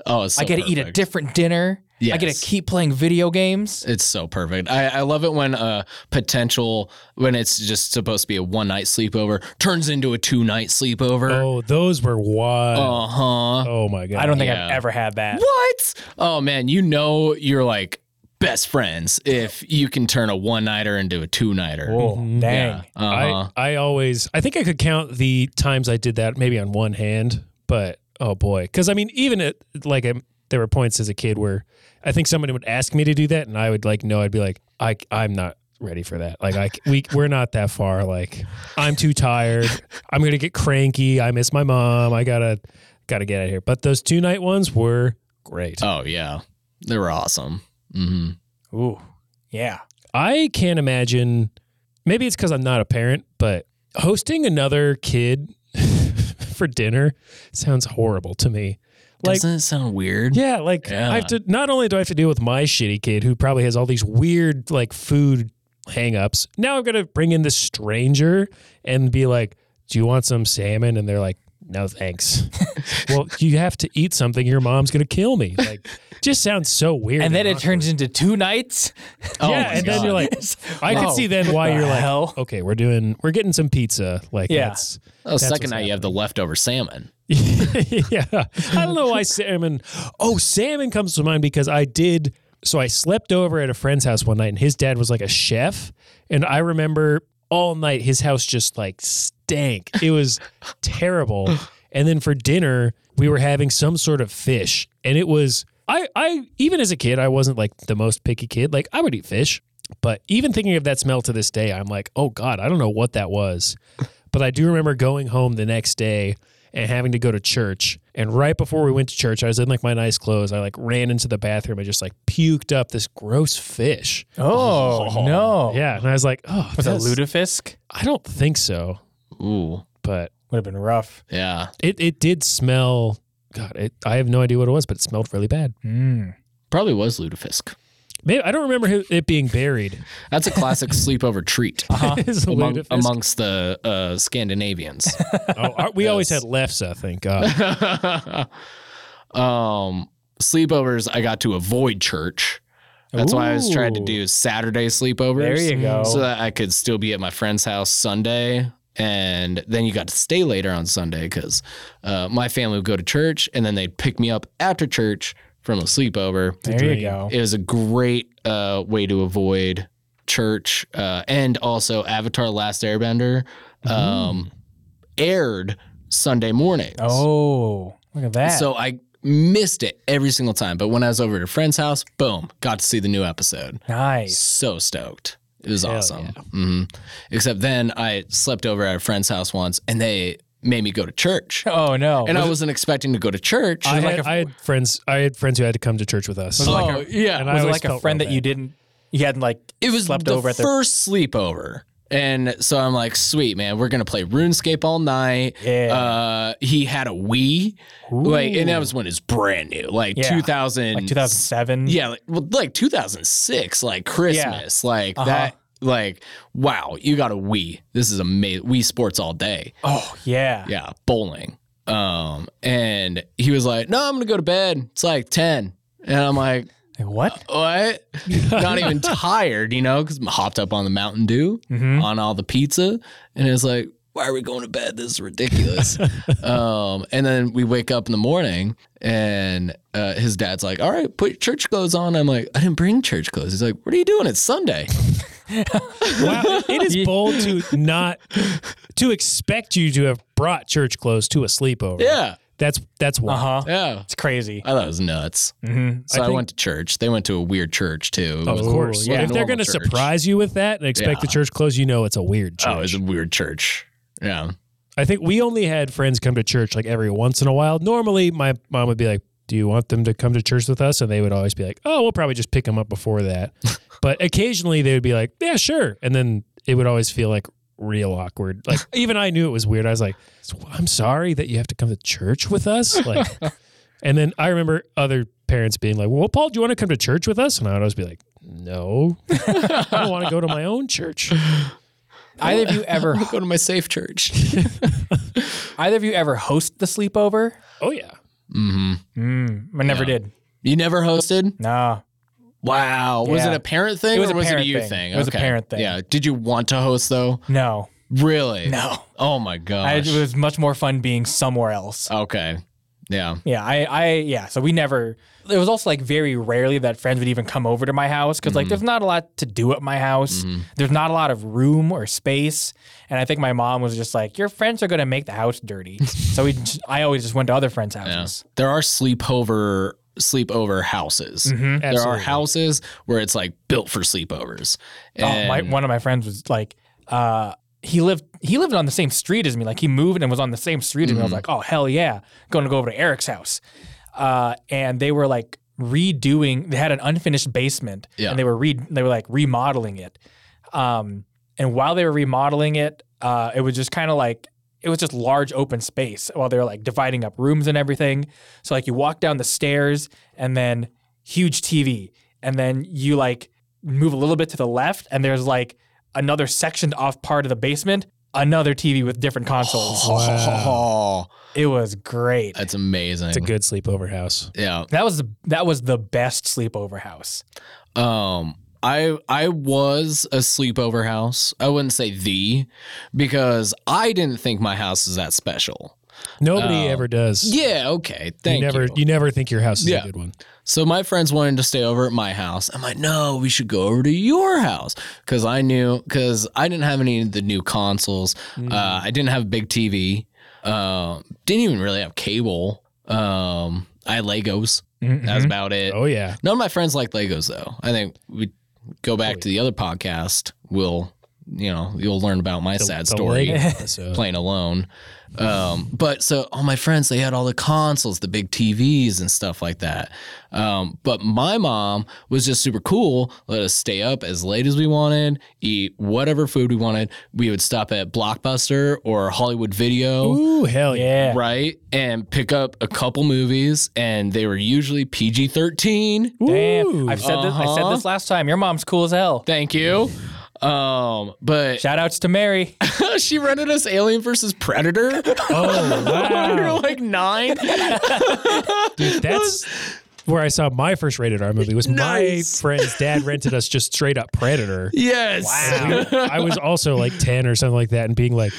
[SPEAKER 3] Oh, it's so
[SPEAKER 1] I get to eat a
[SPEAKER 3] perfect.
[SPEAKER 1] different dinner. I get
[SPEAKER 3] Yes.
[SPEAKER 1] to keep playing video games.
[SPEAKER 3] It's so perfect. I, I love it when a potential when it's just supposed to be a one night sleepover turns into a two night sleepover.
[SPEAKER 2] Oh, those were wild.
[SPEAKER 3] Uh huh.
[SPEAKER 2] Oh, my god.
[SPEAKER 1] I don't think I've
[SPEAKER 3] Yeah.
[SPEAKER 1] ever had that.
[SPEAKER 3] What? Oh man, you know you're like best friends if you can turn a one nighter into a two nighter.
[SPEAKER 1] Whoa, dang.
[SPEAKER 3] Uh huh.
[SPEAKER 2] Mm-hmm. I, I always I think I could count the times I did that maybe on one hand, but oh boy, because I mean even at like i there were points as a kid where I think somebody would ask me to do that and I would like no, I'd be like I I'm not ready for that. Like I c- we we're not that far. Like I'm too tired. I'm gonna get cranky. I miss my mom. I gotta gotta get out of here. But those two night ones were great.
[SPEAKER 3] Oh yeah, they were awesome. hmm
[SPEAKER 1] Ooh, yeah.
[SPEAKER 2] I can't imagine. Maybe it's because I'm not a parent, but (laughs) hosting another kid for dinner sounds horrible to me. Like,
[SPEAKER 3] Doesn't it sound weird?
[SPEAKER 2] yeah, like
[SPEAKER 3] Yeah.
[SPEAKER 2] I have to. Not only do I have to deal with my shitty kid who probably has all these weird like food hangups. Now I'm gonna bring in this stranger and be like, "Do you want some salmon?" And they're like, "No, thanks." well, you have to eat something. Your mom's gonna kill me. Like, just sounds so weird.
[SPEAKER 1] And then it
[SPEAKER 2] awkward.
[SPEAKER 1] turns into two nights.
[SPEAKER 3] Oh
[SPEAKER 2] yeah,
[SPEAKER 3] my
[SPEAKER 2] and then
[SPEAKER 3] God.
[SPEAKER 2] you're like, I
[SPEAKER 1] Wow,
[SPEAKER 2] can see then why
[SPEAKER 1] the
[SPEAKER 2] you're like,
[SPEAKER 1] hell?
[SPEAKER 2] okay, we're doing, we're getting some pizza. Like,
[SPEAKER 1] Yeah.
[SPEAKER 2] that's, (laughs)
[SPEAKER 3] oh,
[SPEAKER 2] what's
[SPEAKER 3] second night you have the leftover salmon.
[SPEAKER 2] yeah. I don't know why salmon. Oh, salmon comes to mind because I did. So I slept over at a friend's house one night, and his dad was like a chef, and I remember all night his house just like stank. It was terrible. And then for dinner, we were having some sort of fish, and it was I I even as a kid, I wasn't like the most picky kid. Like I would eat fish, but even thinking of that smell to this day, I'm like, oh god, I don't know what that was. But I do remember going home the next day and having to go to church. And right before we went to church, I was in like my nice clothes. I like ran into the bathroom and just like puked up this gross fish.
[SPEAKER 1] (laughs) Oh,
[SPEAKER 3] (laughs)
[SPEAKER 1] no.
[SPEAKER 2] Yeah. And I was like, oh,
[SPEAKER 1] Was it
[SPEAKER 2] that's-
[SPEAKER 1] lutefisk?
[SPEAKER 2] I don't think so.
[SPEAKER 3] Ooh,
[SPEAKER 2] But
[SPEAKER 1] Would have been rough.
[SPEAKER 3] yeah.
[SPEAKER 2] it, it did smell. God, it, I have no idea what it was, but it smelled really bad.
[SPEAKER 1] Mm.
[SPEAKER 3] Probably was lutefisk.
[SPEAKER 2] Maybe I don't remember hi- it being buried.
[SPEAKER 3] That's
[SPEAKER 2] (laughs)
[SPEAKER 3] a classic sleepover treat
[SPEAKER 2] It's a
[SPEAKER 3] among,
[SPEAKER 2] lutefisk.
[SPEAKER 3] amongst the uh, Scandinavians. (laughs)
[SPEAKER 2] Oh, our- we always had lefse,
[SPEAKER 1] (laughs)
[SPEAKER 2] thank God.
[SPEAKER 3] um, sleepovers, I got to avoid church. That's why I was trying to
[SPEAKER 1] Ooh.
[SPEAKER 3] do Saturday sleepovers.
[SPEAKER 1] There you go.
[SPEAKER 3] so that I could still be at my friend's house Sunday. And then you got to stay later on Sunday because uh, my family would go to church and then they'd pick me up after church from a sleepover.
[SPEAKER 1] there you go.
[SPEAKER 3] It was a great uh, way to avoid church. Uh, and also, Avatar Last Airbender um, aired Sunday mornings.
[SPEAKER 1] Oh, look at that.
[SPEAKER 3] So I missed it every single time. But when I was over at a friend's house, boom, got to see the new episode
[SPEAKER 1] nice.
[SPEAKER 3] so stoked. It was
[SPEAKER 2] Hell
[SPEAKER 3] awesome.
[SPEAKER 2] yeah.
[SPEAKER 3] Mhm. Except then I slept over at a friend's house once and they made me go to church.
[SPEAKER 1] Oh no.
[SPEAKER 3] And I
[SPEAKER 1] was,
[SPEAKER 3] wasn't expecting to go to church.
[SPEAKER 2] I,
[SPEAKER 1] like
[SPEAKER 2] had,
[SPEAKER 1] a-
[SPEAKER 2] I had friends. I had friends who had to come to church with us.
[SPEAKER 1] it like
[SPEAKER 3] oh,
[SPEAKER 1] a-
[SPEAKER 3] yeah.
[SPEAKER 2] and
[SPEAKER 1] was
[SPEAKER 2] I
[SPEAKER 1] it
[SPEAKER 2] always
[SPEAKER 1] like a
[SPEAKER 2] felt
[SPEAKER 1] friend
[SPEAKER 2] real
[SPEAKER 1] that you
[SPEAKER 2] bad.
[SPEAKER 1] didn't you hadn't like
[SPEAKER 3] it was
[SPEAKER 1] slept
[SPEAKER 3] the
[SPEAKER 1] over at their
[SPEAKER 3] first sleepover. And so I'm like, sweet man, we're gonna play RuneScape all night.
[SPEAKER 1] Yeah.
[SPEAKER 3] Uh, he had a Wii, like, and that was when it's brand new, like
[SPEAKER 1] Yeah.
[SPEAKER 3] 2000,
[SPEAKER 1] like 2007.
[SPEAKER 3] Yeah, like, well, like 2006, like Christmas, like
[SPEAKER 1] Uh-huh.
[SPEAKER 3] that. Like, wow, you got a Wii. This is amazing. Wii Sports all day.
[SPEAKER 1] Oh yeah.
[SPEAKER 3] Yeah, bowling. Um, and he was like, "No, I'm gonna go to bed. It's like 10." And I'm like,
[SPEAKER 1] Like, what?
[SPEAKER 3] "What? Not even tired, you know? Because I hopped up on the Mountain Dew
[SPEAKER 1] Mhm.
[SPEAKER 3] on all the pizza, and it's like." Why are we going to bed? This is ridiculous. um, and then we wake up in the morning, and uh, his dad's like, "All right, put your church clothes on." I'm like, "I didn't bring church clothes." He's like, "What are you doing? It's Sunday."
[SPEAKER 2] Wow, it is bold to not to expect you to have brought church clothes to a sleepover.
[SPEAKER 3] yeah, Uh-huh.
[SPEAKER 2] that's that's
[SPEAKER 1] Uh
[SPEAKER 2] wild.
[SPEAKER 1] huh.
[SPEAKER 3] yeah.
[SPEAKER 1] It's crazy.
[SPEAKER 3] I thought it was nuts.
[SPEAKER 1] hmm
[SPEAKER 3] So I, went to church. They went to a weird church too. It
[SPEAKER 2] Of
[SPEAKER 3] was-
[SPEAKER 2] course,
[SPEAKER 3] Oh, yeah.
[SPEAKER 2] if they're
[SPEAKER 3] Normal
[SPEAKER 2] going to
[SPEAKER 3] church.
[SPEAKER 2] surprise you with that and expect the
[SPEAKER 3] Yeah.
[SPEAKER 2] church clothes, you know it's a weird church.
[SPEAKER 3] Oh, it's a weird church. Yeah.
[SPEAKER 2] I think we only had friends come to church like every once in a while. Normally, my mom would be like, "Do you want them to come to church with us?" And they would always be like, "Oh, we'll probably just pick them up before
[SPEAKER 3] (laughs)
[SPEAKER 2] that." but occasionally, they would be like, "Yeah, sure," and then it would always feel like real awkward.
[SPEAKER 3] (laughs)
[SPEAKER 2] Like even I knew it was weird. I was like, "I'm sorry that you have to come to church with us."
[SPEAKER 3] (laughs)
[SPEAKER 2] Like, and then I remember other parents being like, "Well, Paul, do you want to come to church with us?" And I would always be like,
[SPEAKER 3] (laughs)
[SPEAKER 2] "No, I don't want to go to my own church."
[SPEAKER 1] Either of you
[SPEAKER 3] (laughs)
[SPEAKER 1] ever
[SPEAKER 3] Go to my safe church.
[SPEAKER 1] either of you ever host the sleepover?
[SPEAKER 2] Oh yeah.
[SPEAKER 3] hmm
[SPEAKER 1] Mm, I never did.
[SPEAKER 3] You never hosted?
[SPEAKER 1] Nah.
[SPEAKER 3] Wow. Was
[SPEAKER 1] Yeah.
[SPEAKER 3] it a parent thing
[SPEAKER 1] It was
[SPEAKER 3] or
[SPEAKER 1] a
[SPEAKER 3] was it a
[SPEAKER 1] parent
[SPEAKER 3] you
[SPEAKER 1] thing.
[SPEAKER 3] thing?
[SPEAKER 1] It was a parent thing.
[SPEAKER 3] Yeah. Did you want to host though?
[SPEAKER 1] No.
[SPEAKER 3] Really?
[SPEAKER 1] No.
[SPEAKER 3] Oh my gosh. Oh.
[SPEAKER 1] I, it was much more fun being somewhere else.
[SPEAKER 3] okay. Yeah.
[SPEAKER 1] Yeah, I, I, yeah. So we never. It was also like very rarely that friends would even come over to my house because
[SPEAKER 3] Mm-hmm.
[SPEAKER 1] like there's not a lot to do at my house. There's not a lot of room or space, and I think my mom was just like, "Your friends are gonna make the house
[SPEAKER 3] (laughs)
[SPEAKER 1] dirty." so we, j- I always just went to other friends'
[SPEAKER 3] yeah.
[SPEAKER 1] houses.
[SPEAKER 3] There are sleepover sleepover houses.
[SPEAKER 1] Mm, Mm-hmm.
[SPEAKER 3] There are
[SPEAKER 2] Absolutely.
[SPEAKER 3] houses where it's like built for sleepovers.
[SPEAKER 1] Oh, my,
[SPEAKER 3] And-
[SPEAKER 1] one of my friends was like, uh, he lived he lived on the same street as me. Like he moved and was on the same street as me. I
[SPEAKER 3] Mm-hmm.
[SPEAKER 1] was like, oh hell yeah, going to go over to Eric's house. Uh, and they were like redoing. They had an unfinished basement,
[SPEAKER 3] Yeah.
[SPEAKER 1] and they were re they were like remodeling it. Um, and while they were remodeling it, uh, it was just kind of like it was just large open space while they were like dividing up rooms and everything. So like you walk down the stairs and then huge TV, and then you like move a little bit to the left, and there's like another sectioned off part of the basement, another TV with different
[SPEAKER 3] (laughs)
[SPEAKER 1] consoles.
[SPEAKER 3] Oh,
[SPEAKER 1] It was great.
[SPEAKER 3] that's amazing.
[SPEAKER 2] It's a good sleepover house.
[SPEAKER 3] yeah.
[SPEAKER 1] That was the, that was the best sleepover house.
[SPEAKER 3] Um, I I was a sleepover house. I wouldn't say the because I didn't think my house was that special.
[SPEAKER 2] Nobody ever does.
[SPEAKER 3] Oh. Yeah, okay. Thank
[SPEAKER 2] you never you. never think your house is
[SPEAKER 3] Yeah.
[SPEAKER 2] a good one.
[SPEAKER 3] So my friends wanted to stay over at my house. I'm like, no, we should go over to your house because I knew because I didn't have any of the new consoles.
[SPEAKER 2] Mm.
[SPEAKER 3] Uh, I didn't have a big TV. Uh, didn't even really have cable. Um, I had Legos.
[SPEAKER 1] Mm-hmm.
[SPEAKER 3] That was about it.
[SPEAKER 2] Oh yeah.
[SPEAKER 3] None of my friends like Legos though. I think we go back to the other podcast. We'll you know you'll learn about my sad
[SPEAKER 2] The
[SPEAKER 3] story (laughs)
[SPEAKER 2] Lego (laughs) episode.
[SPEAKER 3] playing alone. Um, but so all my friends, they had all the consoles, the big TVs and stuff like that. Um, but my mom was just super cool. Let us stay up as late as we wanted, eat whatever food we wanted. We would stop at Blockbuster or Hollywood Video
[SPEAKER 2] Ooh, hell yeah.
[SPEAKER 1] Yeah.
[SPEAKER 3] right? And pick up a couple movies, and they were usually PG 13.
[SPEAKER 1] Damn. I've said this I
[SPEAKER 3] Uh-huh.
[SPEAKER 1] said this last time. Your mom's cool as hell.
[SPEAKER 3] Thank you. Um, but
[SPEAKER 1] Shout outs to Mary.
[SPEAKER 3] (laughs) she rented us Alien versus Predator
[SPEAKER 2] Oh
[SPEAKER 3] (laughs) when we were
[SPEAKER 2] wow.
[SPEAKER 3] like nine.
[SPEAKER 2] That's where I saw my first rated R movie was my
[SPEAKER 3] Nice.
[SPEAKER 2] friend's dad rented us just straight up
[SPEAKER 3] (laughs)
[SPEAKER 2] Predator.
[SPEAKER 3] Yes.
[SPEAKER 2] And we- I was also like 10 or something like that and being like,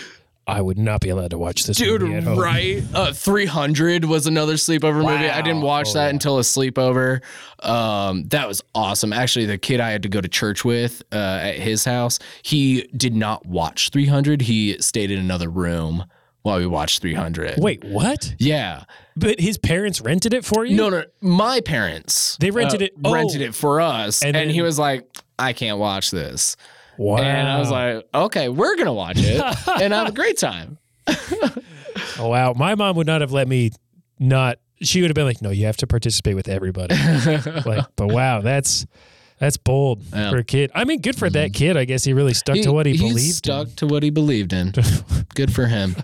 [SPEAKER 2] I would not be allowed to watch this
[SPEAKER 3] Dude,
[SPEAKER 2] movie at home.
[SPEAKER 3] right? Uh, 300 was another sleepover movie. I didn't
[SPEAKER 2] Oh,
[SPEAKER 3] watch that until a sleepover. Um, that was awesome. Actually, the kid I had to go to church with uh, at his house, he did not watch 300. He stayed in another room while we watched 300.
[SPEAKER 2] Wait, what?
[SPEAKER 3] Yeah.
[SPEAKER 2] But his parents rented it for you?
[SPEAKER 3] No, no. My parents. uh,
[SPEAKER 2] They rented it- oh.
[SPEAKER 3] Rented it for us. And,
[SPEAKER 2] And then-
[SPEAKER 3] he was like, I can't watch this.
[SPEAKER 2] Wow.
[SPEAKER 3] And I was like, okay, we're going to watch
[SPEAKER 2] (laughs)
[SPEAKER 3] it and have a great time. (laughs)
[SPEAKER 2] oh, wow. My mom would not have let me not. She would have been like, no, you have to participate with everybody. like, but wow, that's that's bold
[SPEAKER 3] Yeah.
[SPEAKER 2] for a kid. I mean, good for that kid. I guess he really stuck to what he, believed.
[SPEAKER 3] Stuck
[SPEAKER 2] in.
[SPEAKER 3] to what he
[SPEAKER 1] (laughs)
[SPEAKER 3] believed in. Good for him.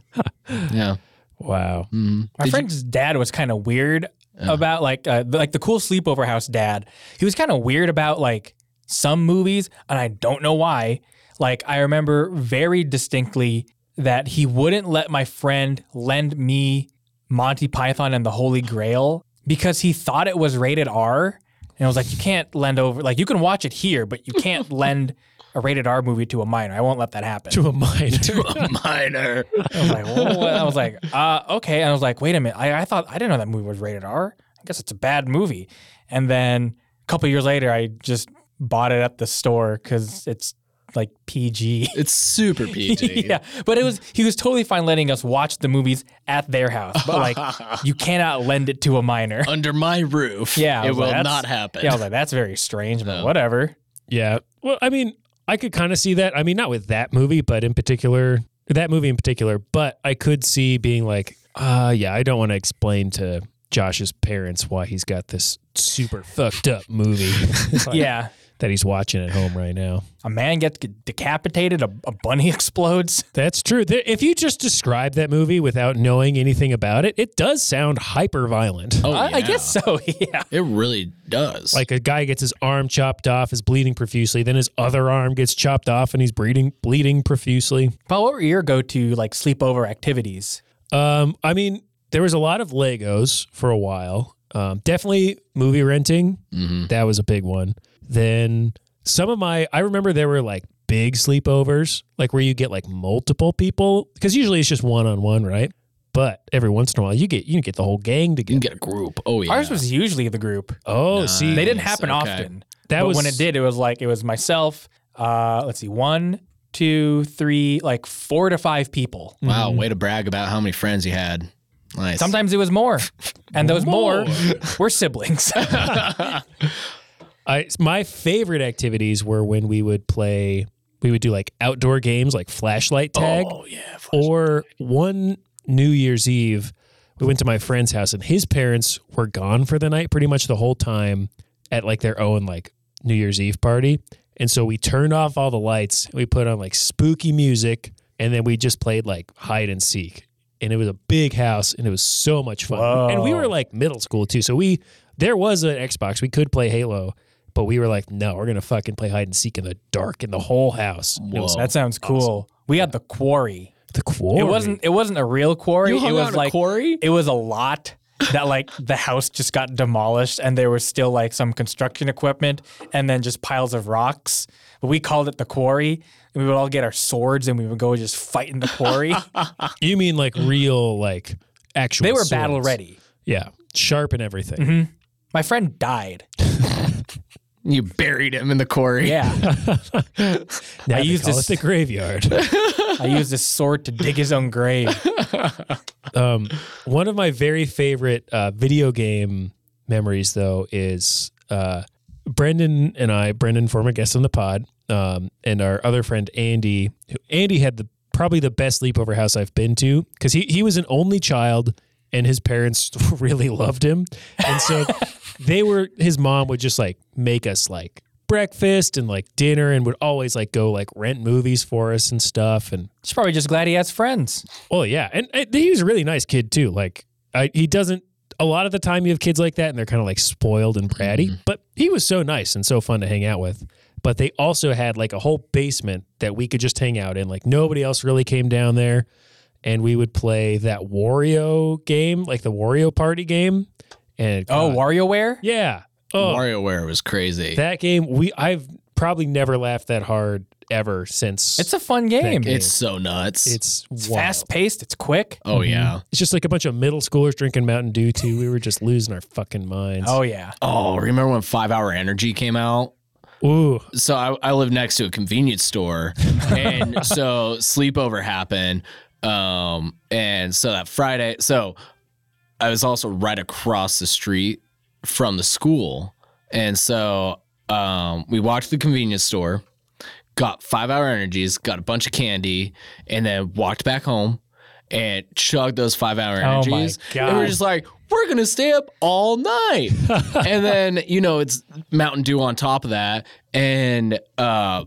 [SPEAKER 3] Yeah.
[SPEAKER 2] Wow.
[SPEAKER 3] Mm.
[SPEAKER 1] My
[SPEAKER 3] Did you- Uh-huh.
[SPEAKER 1] friend's dad was kind of weird about like uh, the, like the cool sleepover house dad. He was kind of weird about like some movies, and I don't know why. Like I remember very distinctly that he wouldn't let my friend lend me Monty Python and the Holy Grail because he thought it was rated R, and I was like, you can't lend over. Like you can watch it here, but you
[SPEAKER 3] (laughs)
[SPEAKER 1] can't lend a rated R movie to a minor. I won't let that happen.
[SPEAKER 2] To a minor.
[SPEAKER 3] a (laughs) minor.
[SPEAKER 1] I was like, (laughs) "Whoa," and I was like, uh, okay. And I was like, wait a minute. I, I thought I didn't know that movie was rated R. I guess it's a bad movie. And then a couple years later, I just bought it at the store because it's like PG.
[SPEAKER 3] It's super
[SPEAKER 1] (laughs)
[SPEAKER 3] PG.
[SPEAKER 1] yeah, but it was he was totally fine letting us watch the movies at their house, but
[SPEAKER 3] (laughs)
[SPEAKER 1] like you cannot lend it to a minor.
[SPEAKER 3] Under my roof.
[SPEAKER 1] Yeah, I
[SPEAKER 3] It
[SPEAKER 1] was
[SPEAKER 3] will
[SPEAKER 1] like, that's-
[SPEAKER 3] not happen.
[SPEAKER 1] Yeah, I was like, that's very strange, but whatever.
[SPEAKER 2] (laughs) Yeah. Well, I mean, I could kind of see that. I mean, not with that movie, but in particular, that movie in particular, but I could see being like, uh, yeah, I don't want to explain to Josh's parents why he's got this super fucked up movie (laughs)
[SPEAKER 1] Yeah,
[SPEAKER 2] that he's watching at home right now.
[SPEAKER 1] a man gets decapitated, a, a bunny (laughs) explodes.
[SPEAKER 2] That's true. Th- If you just describe that movie without knowing anything about it, it does sound hyper violent.
[SPEAKER 3] Oh,
[SPEAKER 1] I, I
[SPEAKER 3] yeah.
[SPEAKER 1] guess so. (laughs) Yeah.
[SPEAKER 3] It really does.
[SPEAKER 2] Like a guy gets his arm chopped off, is bleeding profusely. Then his other arm gets chopped off, and he's bleeding, bleeding profusely.
[SPEAKER 1] Paul, what were your go-to like sleepover activities?
[SPEAKER 2] Um, I mean, there was a lot of Legos for a while. Um, definitely movie renting.
[SPEAKER 3] Mm-hmm.
[SPEAKER 2] That was a big one. Then some of my, I remember there were like big sleepovers, like where you get like multiple people, because usually it's just one on one, right? But every once in a while, you get you get the whole gang
[SPEAKER 3] you can
[SPEAKER 2] together.
[SPEAKER 3] get a group. Oh, yeah.
[SPEAKER 1] Ours was usually the group.
[SPEAKER 2] Oh, see,
[SPEAKER 1] They didn't
[SPEAKER 3] Nice,
[SPEAKER 1] happen
[SPEAKER 3] okay.
[SPEAKER 1] often.
[SPEAKER 2] That
[SPEAKER 1] but
[SPEAKER 2] was-
[SPEAKER 1] when it did, it was like it was myself. Uh, let's see, one, two, three, like four to five people.
[SPEAKER 3] Wow. Way to brag about how many friends you had. Nice.
[SPEAKER 1] Mm-hmm. Sometimes it was more, and those more, were siblings.
[SPEAKER 3] (laughs)
[SPEAKER 2] I my favorite activities were when we would play. We would do like outdoor games, like flashlight tag.
[SPEAKER 3] Oh, yeah.
[SPEAKER 2] or one New Year's Eve, we went to my friend's house and his parents were gone for the night pretty much the whole time at like their own like New Year's Eve party. And so we turned off all the lights. We put on like spooky music, and then we just played like hide and seek. And it was a big house, and it was so much fun. And we were like middle school too, so we there was an Xbox. We could play Halo, but we were like, no, we're gonna fucking play hide and seek in the dark in the whole house. And It was
[SPEAKER 1] That sounds cool. We had the quarry.
[SPEAKER 2] the quarry.
[SPEAKER 1] It wasn't. It wasn't a real quarry.
[SPEAKER 3] You hung
[SPEAKER 1] it
[SPEAKER 3] out
[SPEAKER 1] was
[SPEAKER 3] in a
[SPEAKER 1] like
[SPEAKER 3] quarry?
[SPEAKER 1] It was a lot that like the house just got demolished, and there was still like some construction equipment, and then just piles of rocks. But we called it the quarry, and we would all get our swords, and we would go just fight in the
[SPEAKER 3] (laughs)
[SPEAKER 1] quarry.
[SPEAKER 2] You mean (gasps) like real like actual?
[SPEAKER 1] they were
[SPEAKER 2] swords. Mm-hmm.
[SPEAKER 1] battle ready.
[SPEAKER 2] Yeah, sharp and everything.
[SPEAKER 1] My friend died.
[SPEAKER 3] You buried him in the quarry. (laughs)
[SPEAKER 1] Yeah,
[SPEAKER 2] Now
[SPEAKER 1] I
[SPEAKER 2] they
[SPEAKER 1] used
[SPEAKER 2] call
[SPEAKER 1] this-
[SPEAKER 2] it the (laughs) graveyard.
[SPEAKER 1] I used his sword to dig his own grave.
[SPEAKER 2] um, one of my very favorite uh, video game memories, though, is uh, Brendan and I, Brendan, former guest on the pod, um, and our other friend Andy. Who, Andy had the probably the best sleepover house I've been to because he he was an only child and his parents (laughs) really loved him, and so (laughs) they were. His mom would just like make us like breakfast and like dinner and would always like go like rent movies for us and stuff and
[SPEAKER 1] She's probably just glad he has friends.
[SPEAKER 2] well, yeah, and, and he was a really nice kid too. Like, I, he doesn't. A lot of the time, you have kids like that, and they're kind of like spoiled and bratty.
[SPEAKER 1] Mm-hmm.
[SPEAKER 2] But he was so nice and so fun to hang out with. But they also had like a whole basement that we could just hang out in. Like nobody else really came down there, and we would play that Wario game, like the Wario Party game. And
[SPEAKER 1] Oh,
[SPEAKER 2] God,
[SPEAKER 1] WarioWare.
[SPEAKER 2] yeah, oh,
[SPEAKER 3] WarioWare was crazy.
[SPEAKER 2] that game. We I've probably never laughed that hard ever since.
[SPEAKER 1] It's a fun game.
[SPEAKER 2] game.
[SPEAKER 1] It's Mm-hmm.
[SPEAKER 3] it's so nuts.
[SPEAKER 2] it's, wild.
[SPEAKER 1] fast paced. It's quick.
[SPEAKER 3] oh yeah.
[SPEAKER 2] It's just like a bunch of middle schoolers drinking Mountain Dew too. We were just losing our fucking minds.
[SPEAKER 1] Oh yeah.
[SPEAKER 3] Oh, remember when Five Hour Energy came out?
[SPEAKER 2] Ooh,
[SPEAKER 3] So I, I lived next to a convenience store, and so sleepover happened. Um, and so that Friday, so I was also right across the street from the school, and so um, we walked to the convenience store, got Five Hour Energies, got a bunch of candy, and then walked back home. And chugged those five hour
[SPEAKER 1] Oh my
[SPEAKER 3] energies. And we
[SPEAKER 1] God.
[SPEAKER 3] were just like, we're gonna stay up
[SPEAKER 1] (laughs)
[SPEAKER 3] all night. and then, you know, it's Mountain Dew on top of that. And uh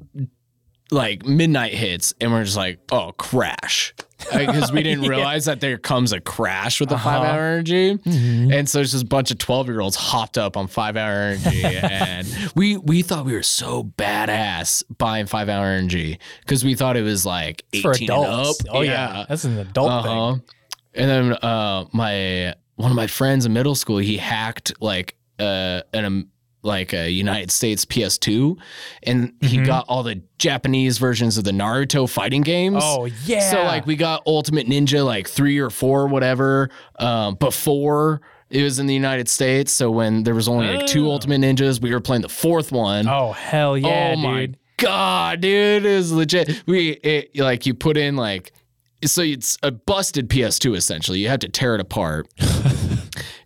[SPEAKER 3] like midnight hits, and we're just like, oh, crash. Because
[SPEAKER 1] (laughs)
[SPEAKER 3] we didn't realize that there comes a crash with the
[SPEAKER 1] Uh-huh.
[SPEAKER 3] five hour energy.
[SPEAKER 1] Mm-hmm.
[SPEAKER 3] And so it's just a bunch of 12 year olds hopped up on five hour
[SPEAKER 1] (laughs)
[SPEAKER 3] energy. and we we thought we were so badass buying five hour energy because we thought it was like 18
[SPEAKER 1] for
[SPEAKER 3] and
[SPEAKER 1] adults.
[SPEAKER 3] up.
[SPEAKER 1] Oh yeah. that's an adult thing.
[SPEAKER 3] Uh-huh. And then uh, my one of my friends in middle school, he hacked like uh, an um, like a United States PS2, and he
[SPEAKER 1] Mm-hmm.
[SPEAKER 3] got all the Japanese versions of the Naruto fighting games.
[SPEAKER 1] Oh yeah.
[SPEAKER 3] So like we got Ultimate Ninja like three or four or whatever um, before it was in the United States. So when there was only like two Ultimate Ninjas, we were playing the fourth one.
[SPEAKER 1] Oh hell yeah,
[SPEAKER 3] oh my
[SPEAKER 1] dude.
[SPEAKER 3] god, dude, it was legit. We it, like you put in like so it's a busted PS2 essentially. You have to tear
[SPEAKER 1] (laughs)
[SPEAKER 3] it apart,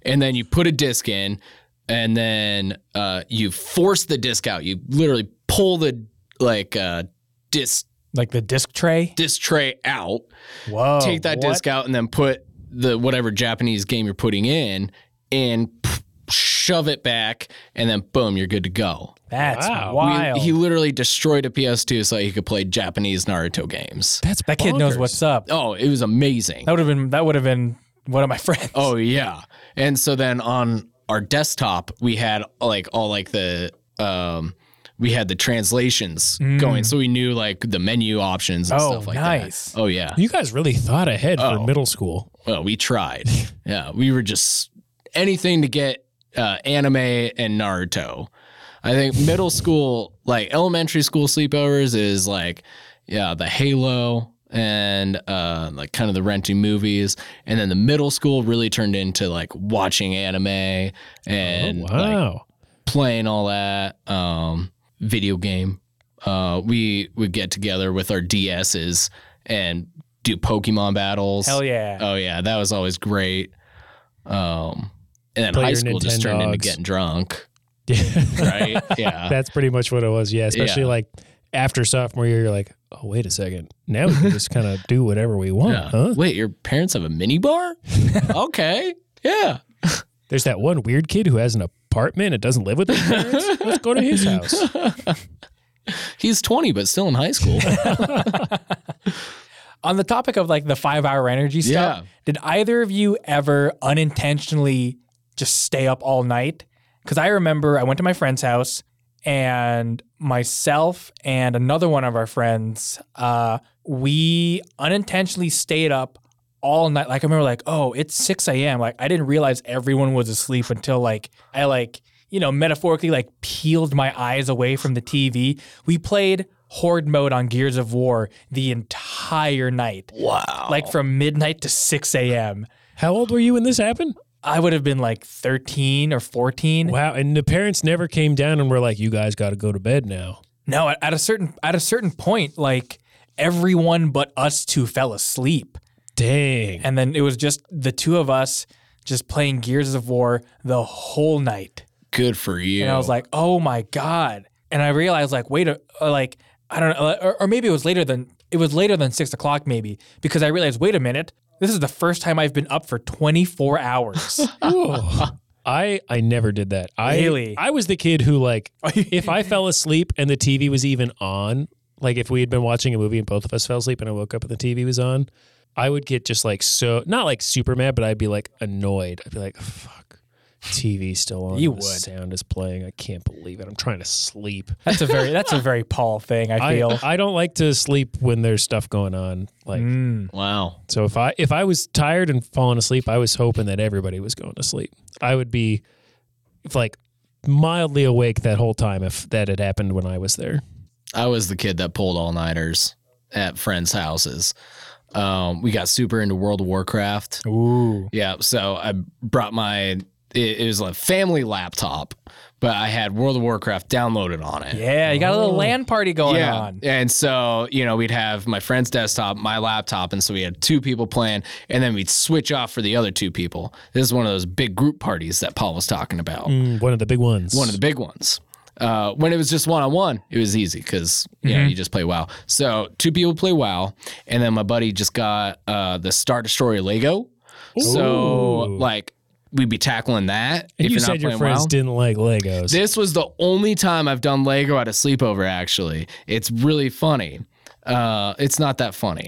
[SPEAKER 3] and then you put a disc in, and then uh, you force the disc out. You literally pull the like uh, disc
[SPEAKER 1] Like the disc tray.
[SPEAKER 3] disc tray out,
[SPEAKER 1] Whoa.
[SPEAKER 3] take that
[SPEAKER 1] Oh, what?
[SPEAKER 3] disc out, and then put the whatever Japanese game you're putting in, and p- shove it back, and then boom, you're good to go.
[SPEAKER 1] That's
[SPEAKER 2] Wow.
[SPEAKER 3] We-
[SPEAKER 1] wild.
[SPEAKER 3] he literally destroyed a PS2 so he could play Japanese Naruto games.
[SPEAKER 2] that's
[SPEAKER 1] that kid knows
[SPEAKER 2] bonkers.
[SPEAKER 1] what's up.
[SPEAKER 3] Oh, it was amazing.
[SPEAKER 1] That would have been. That would have been one of my (laughs) friends.
[SPEAKER 3] Oh yeah. And so then on our desktop we had like all like the um we had the translations going so we knew like the menu options and
[SPEAKER 1] Mm. Oh,
[SPEAKER 3] stuff like
[SPEAKER 1] nice.
[SPEAKER 3] that. Oh yeah.
[SPEAKER 2] You guys really thought ahead for
[SPEAKER 3] Oh.
[SPEAKER 2] middle school.
[SPEAKER 3] Well, we tried.
[SPEAKER 2] (laughs)
[SPEAKER 3] yeah, we were just anything to get uh, anime and Naruto. I think middle school, like elementary school sleepovers, is like yeah, the Halo and uh, like kind of the renting movies, and then the middle school really turned into like watching anime
[SPEAKER 2] oh,
[SPEAKER 3] and like
[SPEAKER 2] wow. (laughs)
[SPEAKER 3] playing all that um, video game. Uh, we would get together with our DSs and do Pokemon battles.
[SPEAKER 1] hell yeah.
[SPEAKER 3] Oh yeah, that was always great. Um, and then
[SPEAKER 2] Play
[SPEAKER 3] high
[SPEAKER 2] your
[SPEAKER 3] school just turned into
[SPEAKER 2] Nintendogs.
[SPEAKER 1] (laughs)
[SPEAKER 3] getting drunk,
[SPEAKER 2] Yeah.
[SPEAKER 3] right? yeah.
[SPEAKER 2] that's pretty much what it was. Yeah, especially
[SPEAKER 3] Yeah.
[SPEAKER 2] like after sophomore year, you're like, oh wait a second, now we
[SPEAKER 3] (laughs)
[SPEAKER 2] can just kind of do whatever we want,
[SPEAKER 3] Yeah.
[SPEAKER 2] huh?
[SPEAKER 3] Wait, your parents have a
[SPEAKER 1] (laughs)
[SPEAKER 3] mini bar? okay. Yeah.
[SPEAKER 2] There's that one weird kid who has an apartment and doesn't live with his parents. Let's go to
[SPEAKER 3] (laughs)
[SPEAKER 2] his house.
[SPEAKER 1] (laughs)
[SPEAKER 3] He's 20 but still in high school.
[SPEAKER 1] On the topic of like the five hour energy stuff,
[SPEAKER 3] Yeah.
[SPEAKER 1] did either of you ever unintentionally just stay up all night? Because I remember I went to my friend's house and myself and another one of our friends, uh, we unintentionally stayed up all night. Like I remember like, oh, it's 6 a.m. Like I didn't realize everyone was asleep until like I like, you know, metaphorically like peeled my eyes away from the TV. We played horde mode on Gears of War the entire night. Wow. Like from midnight to 6 a.m.
[SPEAKER 2] How old were you when this happened?
[SPEAKER 1] I would have been like 13 or 14.
[SPEAKER 2] Wow. And the parents never came down and were like, you guys got to go to bed now.
[SPEAKER 1] No, at, at a certain at a certain point, like everyone but us two fell asleep.
[SPEAKER 2] Dang.
[SPEAKER 1] And then it was just the two of us just playing Gears of War the whole night.
[SPEAKER 3] Good for you.
[SPEAKER 1] And I was like, oh my God. And I realized like, wait, a, uh, like, I don't know, or, or maybe it was later than, it was later than six o'clock maybe, because I realized, wait a minute, this is the first time I've been up for 24 hours.
[SPEAKER 2] I, I never did that. I,
[SPEAKER 1] Really?
[SPEAKER 2] I was the kid who, like, if I fell asleep and the TV was even on, like if we had been watching a movie and both of us fell asleep and I woke up and the TV was on, I would get just like so, not like super mad, but I'd be like annoyed. I'd be like, fuck, TV's still on.
[SPEAKER 1] You
[SPEAKER 2] the
[SPEAKER 1] would.
[SPEAKER 2] Sound is playing. I can't believe it. I'm trying to sleep.
[SPEAKER 1] (laughs) that's a very, that's a very Paul thing, I
[SPEAKER 2] I,
[SPEAKER 1] feel.
[SPEAKER 2] I don't like to sleep when there's stuff going on. Like
[SPEAKER 1] Mm,
[SPEAKER 3] wow.
[SPEAKER 2] so, if I if I was tired and falling asleep, I was hoping that everybody was going to sleep. I would be if like mildly awake that whole time if that had happened when I was there.
[SPEAKER 3] I was the kid that pulled all nighters at friends' houses. Um, we got super into World of Warcraft.
[SPEAKER 1] Ooh.
[SPEAKER 3] Yeah, so I brought my it, it was a family laptop, but I had World of Warcraft downloaded on it.
[SPEAKER 1] Yeah, you got a little land party going
[SPEAKER 3] yeah.
[SPEAKER 1] on.
[SPEAKER 3] And so, you know, we'd have my friend's desktop, my laptop, and so we had two people playing, and then we'd switch off for the other two people. This is one of those big group parties that Paul was talking about.
[SPEAKER 2] Mm, one of the big ones.
[SPEAKER 3] One of the big ones. Uh, when it was just one on one, it was easy because you
[SPEAKER 2] Mm-hmm.
[SPEAKER 3] know you just play WoW. So two people play WoW, and then my buddy just got uh, the Star Destroyer Lego. So
[SPEAKER 2] Ooh.
[SPEAKER 3] like we'd be tackling that.
[SPEAKER 2] and
[SPEAKER 3] if
[SPEAKER 2] you
[SPEAKER 3] you're
[SPEAKER 2] said
[SPEAKER 3] not
[SPEAKER 2] your
[SPEAKER 3] playing
[SPEAKER 2] friends
[SPEAKER 3] WoW.
[SPEAKER 2] didn't like Legos.
[SPEAKER 3] This was the only time I've done Lego at a sleepover, actually. It's really funny. Uh, it's not
[SPEAKER 2] (laughs)
[SPEAKER 3] that funny.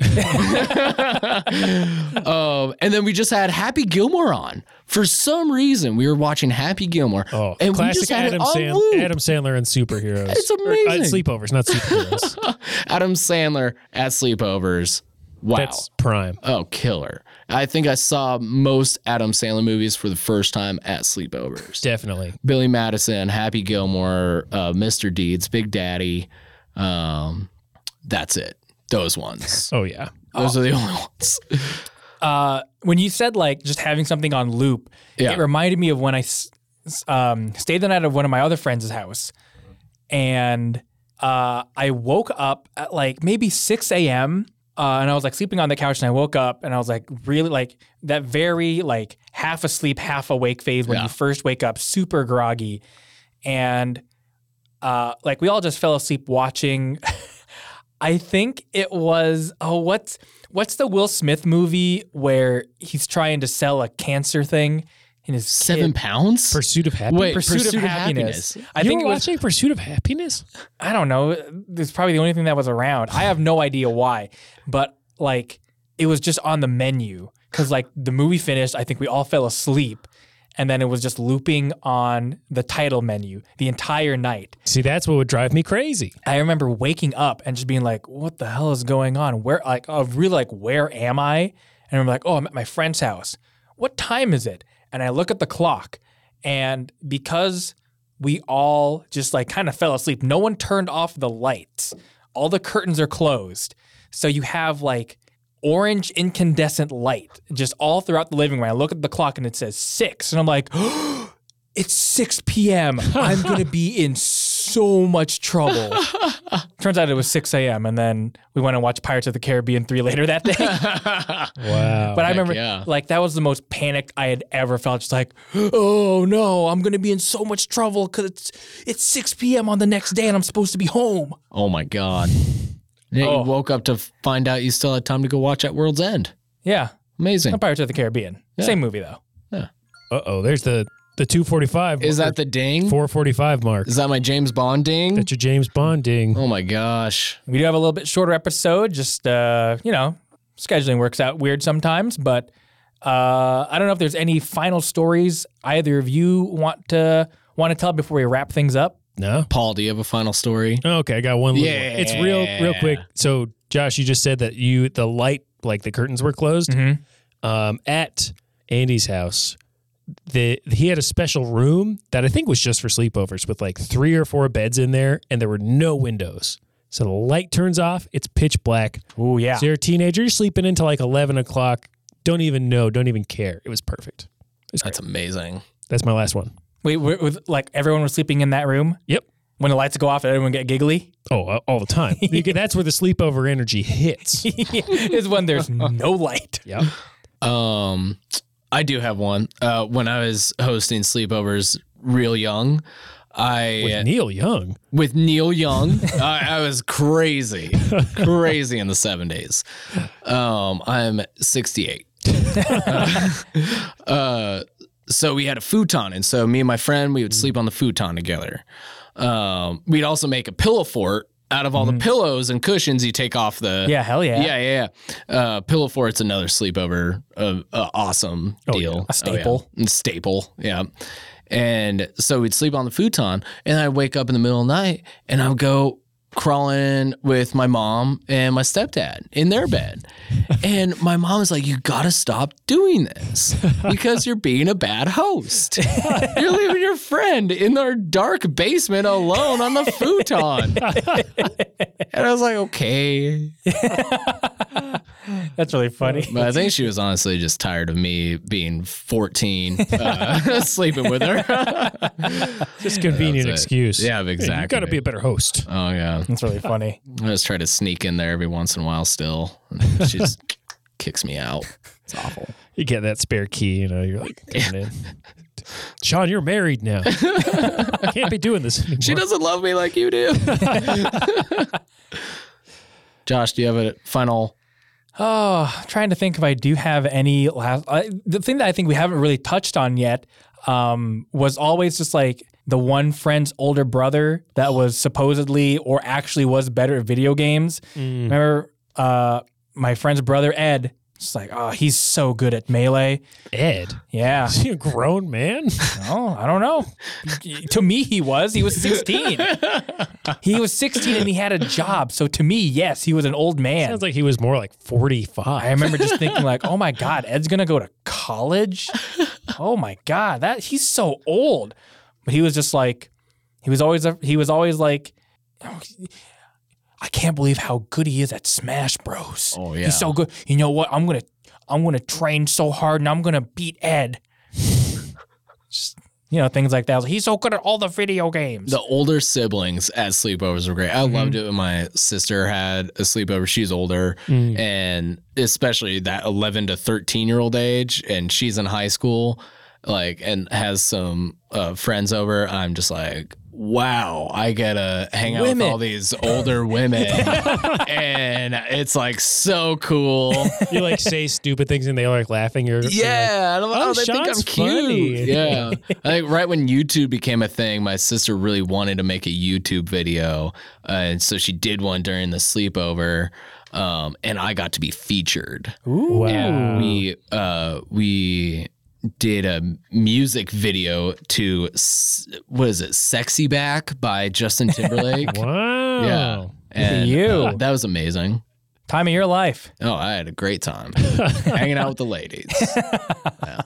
[SPEAKER 3] um, and then we just had Happy Gilmore on. For some reason, we were watching Happy Gilmore.
[SPEAKER 2] oh,
[SPEAKER 3] and we
[SPEAKER 2] classic
[SPEAKER 3] just had it
[SPEAKER 2] Adam,
[SPEAKER 3] on
[SPEAKER 2] Sand-
[SPEAKER 3] loop.
[SPEAKER 2] Adam Sandler and superheroes.
[SPEAKER 3] (laughs) It's
[SPEAKER 2] Or, uh,
[SPEAKER 3] amazing.
[SPEAKER 2] sleepovers, not
[SPEAKER 3] (laughs)
[SPEAKER 2] superheroes.
[SPEAKER 3] Adam Sandler at sleepovers. Wow.
[SPEAKER 2] That's prime.
[SPEAKER 3] oh, killer. I think I saw most Adam Sandler movies for the first time at sleepovers.
[SPEAKER 2] Definitely.
[SPEAKER 3] Billy Madison, Happy Gilmore, uh, Mr. Deeds, Big Daddy. Um, that's it.
[SPEAKER 1] (laughs)
[SPEAKER 3] Those ones.
[SPEAKER 2] Oh yeah.
[SPEAKER 3] Those are the only ones.
[SPEAKER 1] uh, when you said like just having something on loop,
[SPEAKER 3] Yeah.
[SPEAKER 1] it reminded me of when I s- s- um, stayed the night at one of my other friends' house, and uh, I woke up at like maybe six a.m. Uh, and I was like sleeping on the couch, and I woke up, and I was like really like that very like half asleep, half awake phase when
[SPEAKER 3] Yeah.
[SPEAKER 1] you first wake up, super groggy, and uh, like we all just fell asleep watching. (laughs) I think it was oh what's what's the Will Smith movie where he's trying to sell a cancer thing in his
[SPEAKER 3] Seven
[SPEAKER 1] kid-
[SPEAKER 3] pounds?
[SPEAKER 2] Pursuit of happiness.
[SPEAKER 3] Wait,
[SPEAKER 1] Pursuit, of, happiness. I think it
[SPEAKER 2] you were
[SPEAKER 1] was
[SPEAKER 2] watching Pursuit of Happiness.
[SPEAKER 1] I don't know. It's probably the only thing that was around. I have no idea why, but like it was just on the menu because like the movie finished. I think we all fell asleep, and then it was just looping on the title menu the entire night.
[SPEAKER 2] See, that's what would drive me crazy.
[SPEAKER 1] I remember waking up and just being like, "What the hell is going on? Where like I was really like where am I?" And I'm like, "Oh, I'm at my friend's house. What time is it?" And I look at the clock, and because we all just like kind of fell asleep, no one turned off the lights. All the curtains are closed, so you have like orange incandescent light just all throughout the living room. I look at the clock and it says six, and I'm like. (gasps) It's 6 p.m. I'm going to be in so much trouble. Turns out it was 6 a.m. and then we went and watched Pirates of the Caribbean 3 later that day.
[SPEAKER 2] Wow.
[SPEAKER 1] but I remember
[SPEAKER 3] yeah.
[SPEAKER 1] like that was the most panicked I had ever felt. Just like, oh no, I'm gonna be in so much trouble because it's it's 6 p.m. on the next day and I'm supposed to be home.
[SPEAKER 3] (laughs) Oh
[SPEAKER 1] (laughs)
[SPEAKER 3] my God. Yeah,
[SPEAKER 1] Oh.
[SPEAKER 3] You woke up to find out you still had time to go watch at World's End.
[SPEAKER 1] Yeah,
[SPEAKER 3] Amazing.
[SPEAKER 1] Pirates of the Caribbean. Same movie though.
[SPEAKER 2] Uh oh, there's the the 245.
[SPEAKER 3] Is
[SPEAKER 2] mark,
[SPEAKER 3] that the ding?
[SPEAKER 2] 445 mark?
[SPEAKER 3] Is that my James Bond ding?
[SPEAKER 2] That's your James Bond ding.
[SPEAKER 3] Oh my gosh.
[SPEAKER 1] We do have a little bit shorter episode, just uh, you know, scheduling works out weird sometimes, but uh, I don't know if there's any final stories either of you want to want to tell before we wrap things up.
[SPEAKER 2] No.
[SPEAKER 3] Paul, do you have a final story?
[SPEAKER 2] Okay, I got one. Little
[SPEAKER 3] Yeah.
[SPEAKER 2] one. It's real, real quick. So, Josh, you just said that you the light, like the curtains were closed
[SPEAKER 1] Mhm.
[SPEAKER 2] um, at Andy's house. The he had a special room that I think was just for sleepovers, with like three or four beds in there, and there were no windows. So the light turns off. It's pitch black.
[SPEAKER 1] Oh yeah,
[SPEAKER 2] So you're a teenager. You're sleeping until like eleven o'clock. Don't even know. Don't even care. It was perfect.
[SPEAKER 3] That's amazing.
[SPEAKER 2] That's my last one.
[SPEAKER 1] wait, with, with like everyone was sleeping in that room
[SPEAKER 2] Yep.
[SPEAKER 1] when the lights go off, everyone get giggly.
[SPEAKER 2] Oh, uh, all the time. You get- That's where the sleepover
[SPEAKER 1] (laughs)
[SPEAKER 2] energy hits.
[SPEAKER 1] is when (laughs) there's no light.
[SPEAKER 2] yep.
[SPEAKER 3] Um, I do have one. Uh, when I was hosting sleepovers real young, I
[SPEAKER 2] With Neil Young.
[SPEAKER 3] with Neil Young. (laughs) I, I was crazy, crazy in the seventies. Um, I'm 68. (laughs) uh, so we had a futon, and so me and my friend we would sleep on the futon together. Um, we'd also make a pillow fort out of all the pillows and cushions. You take off the
[SPEAKER 1] Yeah, hell yeah.
[SPEAKER 3] yeah, yeah, yeah. Uh, Pillow Fort's another sleepover, uh, uh, awesome
[SPEAKER 1] Oh,
[SPEAKER 3] deal, Oh,
[SPEAKER 1] A staple.
[SPEAKER 3] yeah. Mm, staple, yeah. And so we'd sleep on the futon, and I'd wake up in the middle of the night, and I'd go crawling with my mom and my stepdad in
[SPEAKER 1] (laughs)
[SPEAKER 3] their bed, and my mom was like, "You gotta stop doing this because you're being a bad host. you're leaving your friend in their dark basement alone on
[SPEAKER 1] (laughs)
[SPEAKER 3] the futon." and I was like, "Okay."
[SPEAKER 1] That's really funny.
[SPEAKER 3] But I think she was honestly just tired of me being (laughs) 14, uh, sleeping with (laughs) her.
[SPEAKER 2] Just convenient
[SPEAKER 3] That's it.
[SPEAKER 2] excuse.
[SPEAKER 3] Yeah,
[SPEAKER 2] You got to
[SPEAKER 3] exactly.
[SPEAKER 2] be a better host.
[SPEAKER 3] oh, yeah.
[SPEAKER 1] That's really funny.
[SPEAKER 3] I just try to sneak in there every once in a while still. And she just (laughs) kicks me out. It's awful.
[SPEAKER 2] You get that spare key, you know. You're like, coming in. Sean, you're married
[SPEAKER 3] (laughs)
[SPEAKER 2] now. I can't be doing this anymore.
[SPEAKER 3] She doesn't love me like you (laughs) do. Josh, do you have a final?
[SPEAKER 1] (laughs) Oh, trying to think if I do have any last. I, the thing that I think we haven't really touched on yet um, was always just like the one friend's older brother that was supposedly or actually was better at video games.
[SPEAKER 2] Mm.
[SPEAKER 1] Remember, uh, my friend's brother Ed. It's like, oh, he's so good at melee.
[SPEAKER 2] Ed,
[SPEAKER 1] Yeah.
[SPEAKER 2] is he a
[SPEAKER 1] (laughs)
[SPEAKER 2] grown man?
[SPEAKER 1] Oh, I don't know. to me, he was. He was 16. he was 16 and he had a job. So to me, yes, he was an old man.
[SPEAKER 2] Sounds like he was more like 45.
[SPEAKER 1] I remember just thinking like, oh my god, Ed's gonna go to college. Oh my god, that he's so old. But he was just like, he was always a, he was always like, I can't believe how good he is at Smash Bros.
[SPEAKER 3] Oh, yeah.
[SPEAKER 1] he's so good. You know what? I'm gonna I'm gonna train so hard and I'm gonna beat Ed. Just, you know things like that. I was like, he's so good at all the video games.
[SPEAKER 3] The older siblings at sleepovers were great. I loved it when my sister had a sleepover. She's older, and especially that 11 to 13 year old age, and she's in high school, like, and has some uh, friends over. I'm just like, wow, I gotta hang out
[SPEAKER 1] Women.
[SPEAKER 3] with all these older (laughs) women, and it's like so cool.
[SPEAKER 1] (laughs)
[SPEAKER 2] you like say stupid things and they're like laughing. You're, you're like,
[SPEAKER 3] (laughs) Yeah, I don't know.
[SPEAKER 2] "Oh,
[SPEAKER 3] they think I'm
[SPEAKER 2] Sean's
[SPEAKER 3] cute.
[SPEAKER 2] funny.
[SPEAKER 3] Yeah, I think right when YouTube became a thing, my sister really wanted to make a YouTube video, uh, and so she did one during the sleepover, um, and I got to be featured.
[SPEAKER 2] wow.
[SPEAKER 1] Oh.
[SPEAKER 3] And we uh, we did a music video to s- what is it, "Sexy Back"
[SPEAKER 1] (laughs)
[SPEAKER 3] by Justin Timberlake.
[SPEAKER 2] Wow.
[SPEAKER 3] Yeah, and
[SPEAKER 1] you.
[SPEAKER 3] uh, that was amazing.
[SPEAKER 1] Time of your life.
[SPEAKER 3] Oh, I had a great
[SPEAKER 1] (laughs)
[SPEAKER 3] time hanging out with the ladies. Yeah.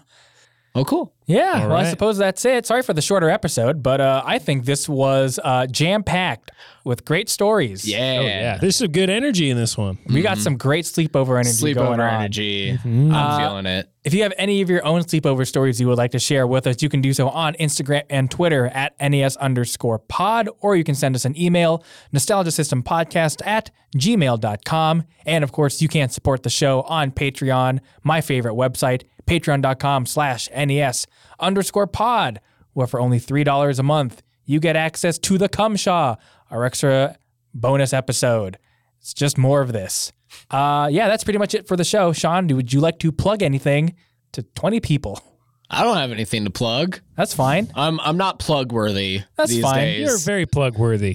[SPEAKER 3] Oh, cool.
[SPEAKER 1] Yeah, well, I
[SPEAKER 2] right.
[SPEAKER 1] suppose that's it. Sorry for the shorter episode, but uh, I think this was uh, jam packed with great stories.
[SPEAKER 3] Yeah. Mm-hmm.
[SPEAKER 2] Oh, yeah. There's some good energy in this one.
[SPEAKER 1] we got some great sleepover energy going
[SPEAKER 3] Sleepover
[SPEAKER 1] on.
[SPEAKER 3] energy.
[SPEAKER 1] Uh,
[SPEAKER 3] I'm feeling it.
[SPEAKER 1] If you have any of your own sleepover stories you would like to share with us, you can do so on Instagram and Twitter at NES underscore pod, or you can send us an email, nostalgiasystempodcast at gmail.com. And of course, you can support the show on Patreon, my favorite website, patreon.com slash NES underscore pod, where for only $3 a month, you get access to the Cumshaw, our extra bonus episode. It's just more of this. Uh, yeah, that's pretty much it for the show. Sean, do- would you like to plug anything to 20 people? (laughs)
[SPEAKER 3] I don't have anything to plug.
[SPEAKER 1] That's fine.
[SPEAKER 3] I'm I'm not plug worthy.
[SPEAKER 1] That's
[SPEAKER 3] these
[SPEAKER 1] fine.
[SPEAKER 3] Days.
[SPEAKER 2] You're very plug worthy.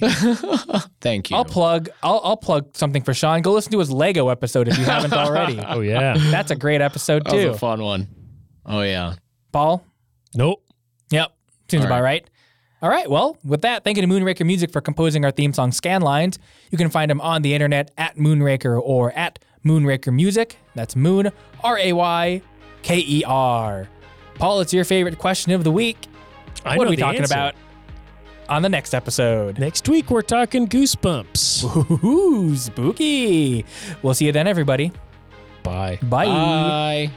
[SPEAKER 3] Thank you.
[SPEAKER 1] I'll plug. I'll, I'll plug something for Sean. Go listen to his Lego episode if you
[SPEAKER 3] (laughs)
[SPEAKER 1] haven't already.
[SPEAKER 2] oh yeah.
[SPEAKER 1] That's a great episode
[SPEAKER 3] that was
[SPEAKER 1] too.
[SPEAKER 3] a fun one. Oh yeah.
[SPEAKER 1] Paul.
[SPEAKER 2] Nope.
[SPEAKER 1] Yep. Seems
[SPEAKER 3] All
[SPEAKER 1] about right. All right. Well, with that, thank you to Moonraker Music for composing our theme song Scanlines. You can find them on the internet at Moonraker or at Moonraker Music. That's Moon R A Y K E R. Paul, it's your favorite question of the week.
[SPEAKER 2] I
[SPEAKER 1] what
[SPEAKER 2] know
[SPEAKER 1] are we
[SPEAKER 2] the
[SPEAKER 1] talking
[SPEAKER 2] answer.
[SPEAKER 1] about on the next (laughs) episode?
[SPEAKER 2] Next week we're talking goosebumps.
[SPEAKER 1] Ooh, spooky. We'll see you then, everybody.
[SPEAKER 2] Bye.
[SPEAKER 3] Bye.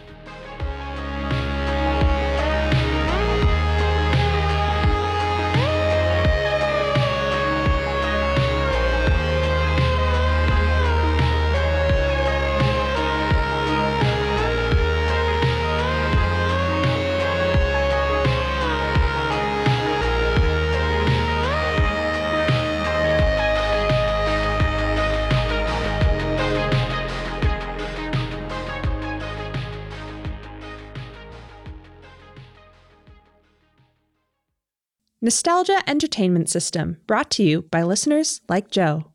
[SPEAKER 6] Nostalgia Entertainment System, brought to you by listeners like Joe.